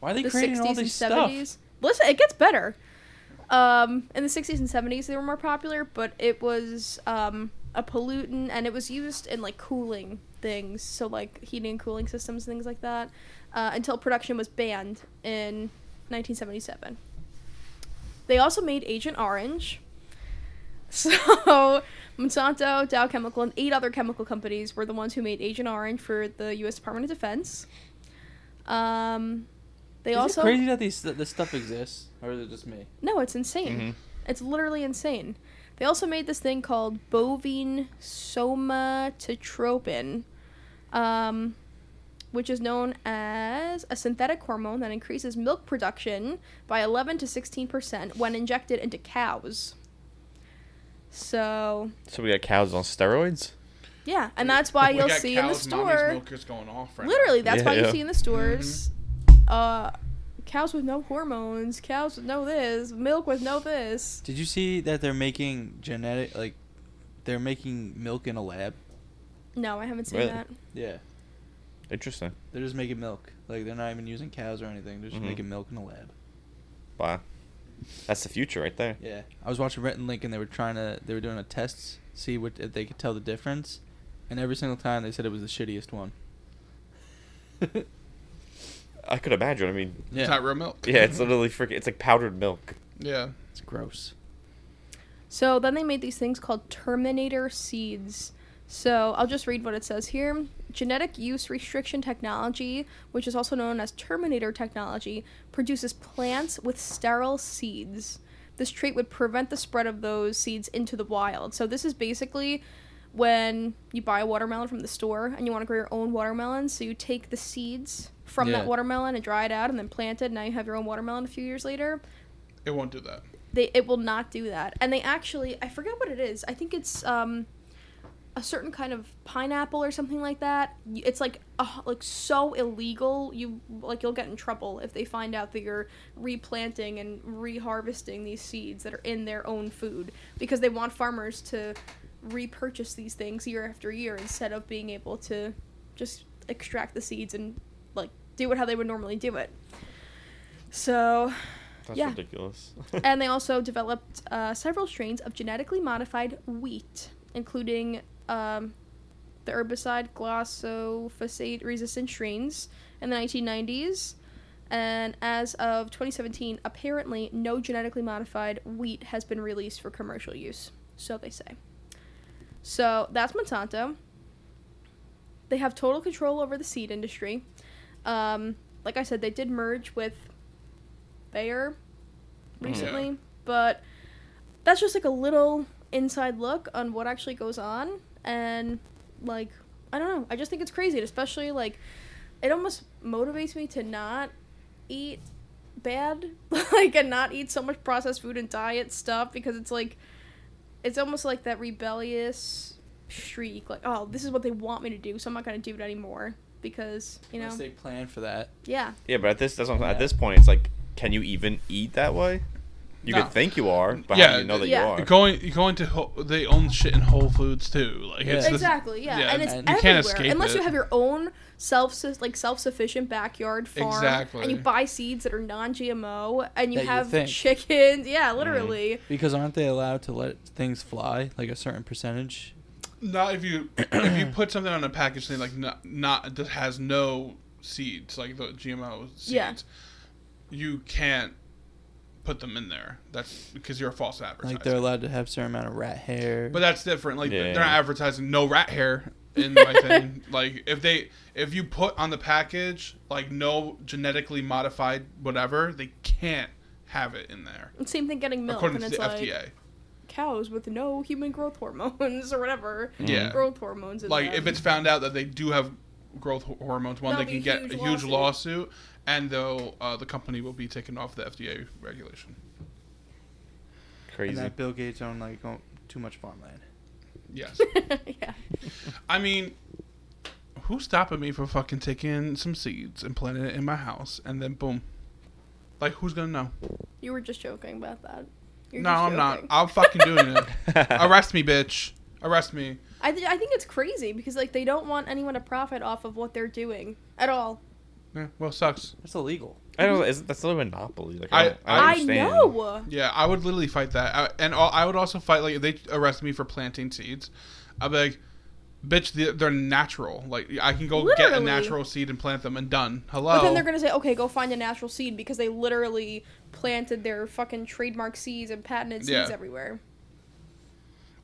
Speaker 2: Why are they
Speaker 3: the
Speaker 2: creating all this
Speaker 3: sixties and
Speaker 2: stuff?
Speaker 3: seventies. Listen, it gets better. Um, in the sixties and seventies, they were more popular, but it was um, a pollutant, and it was used in like cooling things, so like heating and cooling systems, things like that, uh, until production was banned in 1977. They also made Agent Orange. So, Monsanto, Dow Chemical, and eight other chemical companies were the ones who made Agent Orange for the U.S. Department of Defense. Um, they
Speaker 2: Is
Speaker 3: also
Speaker 2: it crazy that these that this stuff exists, or is it just me?
Speaker 3: no, it's insane.
Speaker 4: Mm-hmm.
Speaker 1: Mhm.
Speaker 3: It's literally insane. They also made this thing called bovine somatotropin, um, which is known as a synthetic hormone that increases milk production by 11 to 16 percent when injected into cows. So
Speaker 1: so we got cows on steroids.
Speaker 3: yeah, and that's why
Speaker 4: We
Speaker 3: you'll
Speaker 4: got
Speaker 3: see in the
Speaker 4: cows, mommy's
Speaker 3: store.
Speaker 4: milkers going off right now.
Speaker 3: Literally, that's why
Speaker 1: Yeah,
Speaker 3: you
Speaker 1: yeah.
Speaker 3: see in the stores,
Speaker 4: Mm-hmm.
Speaker 3: uh, cows with no hormones, cows with no this, milk with no this.
Speaker 2: Did you see that they're making genetic like they're making milk in a lab?
Speaker 3: No, I haven't seen
Speaker 1: Really?
Speaker 3: that.
Speaker 2: Yeah.
Speaker 1: Interesting.
Speaker 2: They're just making milk. Like they're not even using cows or anything. They're just
Speaker 4: Mm-hmm.
Speaker 1: Mhm.
Speaker 2: making milk in a lab.
Speaker 1: Wow, that's the future right there.
Speaker 2: Yeah. I was watching Rhett and Link and they were trying to they were doing a test see what if they could tell the difference, and every single time they said it was the shittiest one.
Speaker 1: I could imagine. I mean,
Speaker 2: Yeah.
Speaker 4: It's not real milk.
Speaker 1: yeah, it's literally freaking. It's like powdered milk.
Speaker 4: yeah.
Speaker 2: It's gross.
Speaker 3: So then they made these things called Terminator seeds. So I'll just read what it says here. Genetic use restriction technology, which is also known as Terminator technology, produces plants with sterile seeds. This trait would prevent the spread of those seeds into the wild. So this is basically when you buy a watermelon from the store and you want to grow your own watermelon, so you take the seeds from
Speaker 2: Yeah.
Speaker 3: that watermelon and dry it out and then plant it, and now you have your own watermelon a few years later
Speaker 4: It won't do that.
Speaker 3: they it will not do that and they actually i forget what it is i think it's um a certain kind of pineapple or something like that Y- it's like uh, like so illegal you like you'll get in trouble if they find out that you're replanting and reharvesting these seeds that are in their own food because they want farmers to repurchase these things year after year instead of being able to just extract the seeds and like do it how they would normally do it so
Speaker 1: That's
Speaker 3: Yeah.
Speaker 1: ridiculous.
Speaker 3: and they also developed uh, several strains of genetically modified wheat, including um, the herbicide glyphosate resistant strains in the 1990s. And as of 2017, apparently no genetically modified wheat has been released for commercial use. So they say. So that's Monsanto. They have total control over the seed industry. Um, like I said, they did merge with Bayer recently, but that's just like a little inside look on what actually goes on. And like, I don't know. I just think it's crazy, especially like, it almost motivates me to not eat bad, like, and not eat so much processed food and diet stuff because it's like, it's almost like that rebellious shriek, like, oh, this is what they want me to do, so I'm not gonna do it anymore because you know,
Speaker 2: Unless they plan for that.
Speaker 3: yeah,
Speaker 1: yeah, but at this that's what I'm-
Speaker 2: Yeah.
Speaker 1: at this point, it's like, can you even eat that way? You
Speaker 4: No.
Speaker 1: could think you are, but how
Speaker 4: Yeah,
Speaker 1: do you know that
Speaker 3: Yeah.
Speaker 1: you are?
Speaker 4: Going, you're going to ho- they own shit in Whole Foods too. Like it's
Speaker 2: Yeah.
Speaker 4: this-
Speaker 3: exactly, yeah.
Speaker 4: yeah,
Speaker 3: and it's
Speaker 2: and you
Speaker 3: everywhere
Speaker 4: can't escape
Speaker 3: unless you
Speaker 4: it.
Speaker 3: have your own self sus- like self sufficient backyard farm, and
Speaker 4: Exactly.
Speaker 3: you buy seeds that are non GMO, and you
Speaker 2: That you
Speaker 3: have
Speaker 2: think.
Speaker 3: chickens. Yeah,
Speaker 4: Mm-hmm.
Speaker 3: literally.
Speaker 2: Because aren't they allowed to let things fly like a certain percentage?
Speaker 4: Not if you if you put something on a package thing like not not that has no seeds like the GMO seeds.
Speaker 3: Yeah.
Speaker 4: You can't put them in there. That's because you're a false advertiser.
Speaker 2: Like they're allowed to have certain amount of rat hair.
Speaker 4: But that's different. Like
Speaker 1: Yeah.
Speaker 4: they're not advertising no rat hair in my thing. Like if they if you put on the package like no genetically modified whatever, they can't have it in there
Speaker 3: Same thing getting milk,
Speaker 4: according
Speaker 3: and
Speaker 4: to
Speaker 3: it's
Speaker 4: the
Speaker 3: like
Speaker 4: FDA.
Speaker 3: cows with no human growth hormones or whatever.
Speaker 4: Yeah.
Speaker 3: Growth hormones. In
Speaker 4: Like
Speaker 3: them.
Speaker 4: if it's found out that they do have growth ho- hormones, one
Speaker 3: That'll
Speaker 4: they can
Speaker 3: be a
Speaker 4: get a
Speaker 3: huge
Speaker 4: huge
Speaker 3: lawsuit.
Speaker 4: lawsuit, and though uh, the company will be taken off the FDA regulation.
Speaker 2: and
Speaker 1: Crazy.
Speaker 2: that Bill Gates owned like oh, too much farmland.
Speaker 4: Yes.
Speaker 3: yeah.
Speaker 4: I mean, who's stopping me from fucking taking some seeds and planting it in my house and then boom? Like, who's gonna know?
Speaker 3: You were just joking about that. You're
Speaker 4: no,
Speaker 3: just
Speaker 4: I'm not.
Speaker 3: joking.
Speaker 4: I'm fucking doing it. Arrest me, bitch. Arrest me.
Speaker 3: I, th- I think it's crazy because like they don't want anyone to profit off of what they're doing at all.
Speaker 4: Yeah, well, sucks.
Speaker 2: That's illegal.
Speaker 1: I don't. Isn't, that's not a monopoly. Like,
Speaker 4: I-
Speaker 1: I, don't- I,
Speaker 3: I,
Speaker 1: understand.
Speaker 3: know.
Speaker 4: Yeah, I would literally fight that. I, and all, I would also fight, like, if they arrest me for planting seeds, I'd be like, bitch, they- they're natural. Like, I can go get a
Speaker 3: Literally.
Speaker 4: natural seed and plant them and done. Hello.
Speaker 3: But then they're gonna say, okay, go find a natural seed because they literally planted their fucking trademark seeds and patented seeds
Speaker 4: Yeah.
Speaker 3: everywhere.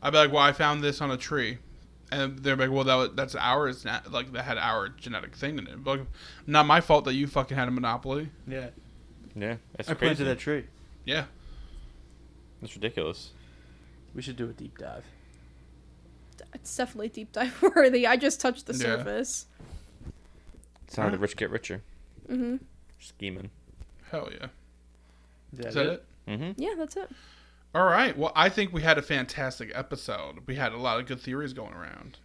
Speaker 4: I'd be like, well, I found this on a tree. And they're like, well, that was, that's ours, na- like that had our genetic thing in it. But like, not my fault that you fucking had a monopoly.
Speaker 2: Yeah.
Speaker 1: Yeah, that's
Speaker 2: I
Speaker 1: crazy.
Speaker 2: planted that tree.
Speaker 4: Yeah,
Speaker 1: That's ridiculous.
Speaker 2: We should do a deep dive.
Speaker 3: It's definitely deep dive worthy. I just touched the
Speaker 4: Yeah.
Speaker 3: surface.
Speaker 1: It's how the rich get richer.
Speaker 3: hmm
Speaker 1: Scheming.
Speaker 4: hell yeah.
Speaker 2: Yeah,
Speaker 4: Is that it?
Speaker 1: Mm-hmm.
Speaker 3: Yeah, that's it.
Speaker 4: All right. Well, I think we had a fantastic episode. We had a lot of good theories going around.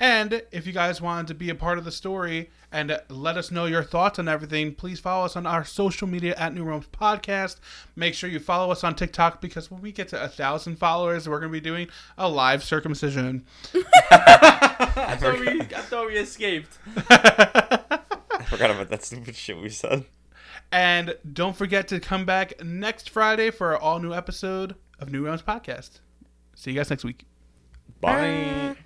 Speaker 4: And if you guys wanted to be a part of the story and uh, let us know your thoughts on everything, please follow us on our social media at New Realms Podcast. Make sure you follow us on TikTok because when we get to a thousand followers, we're going to be doing a live circumcision.
Speaker 2: I thought we, I thought we escaped.
Speaker 1: I forgot about that stupid shit we said.
Speaker 4: And don't forget to come back next Friday for our all new episode of New Realms Podcast. See you guys next week.
Speaker 1: Bye.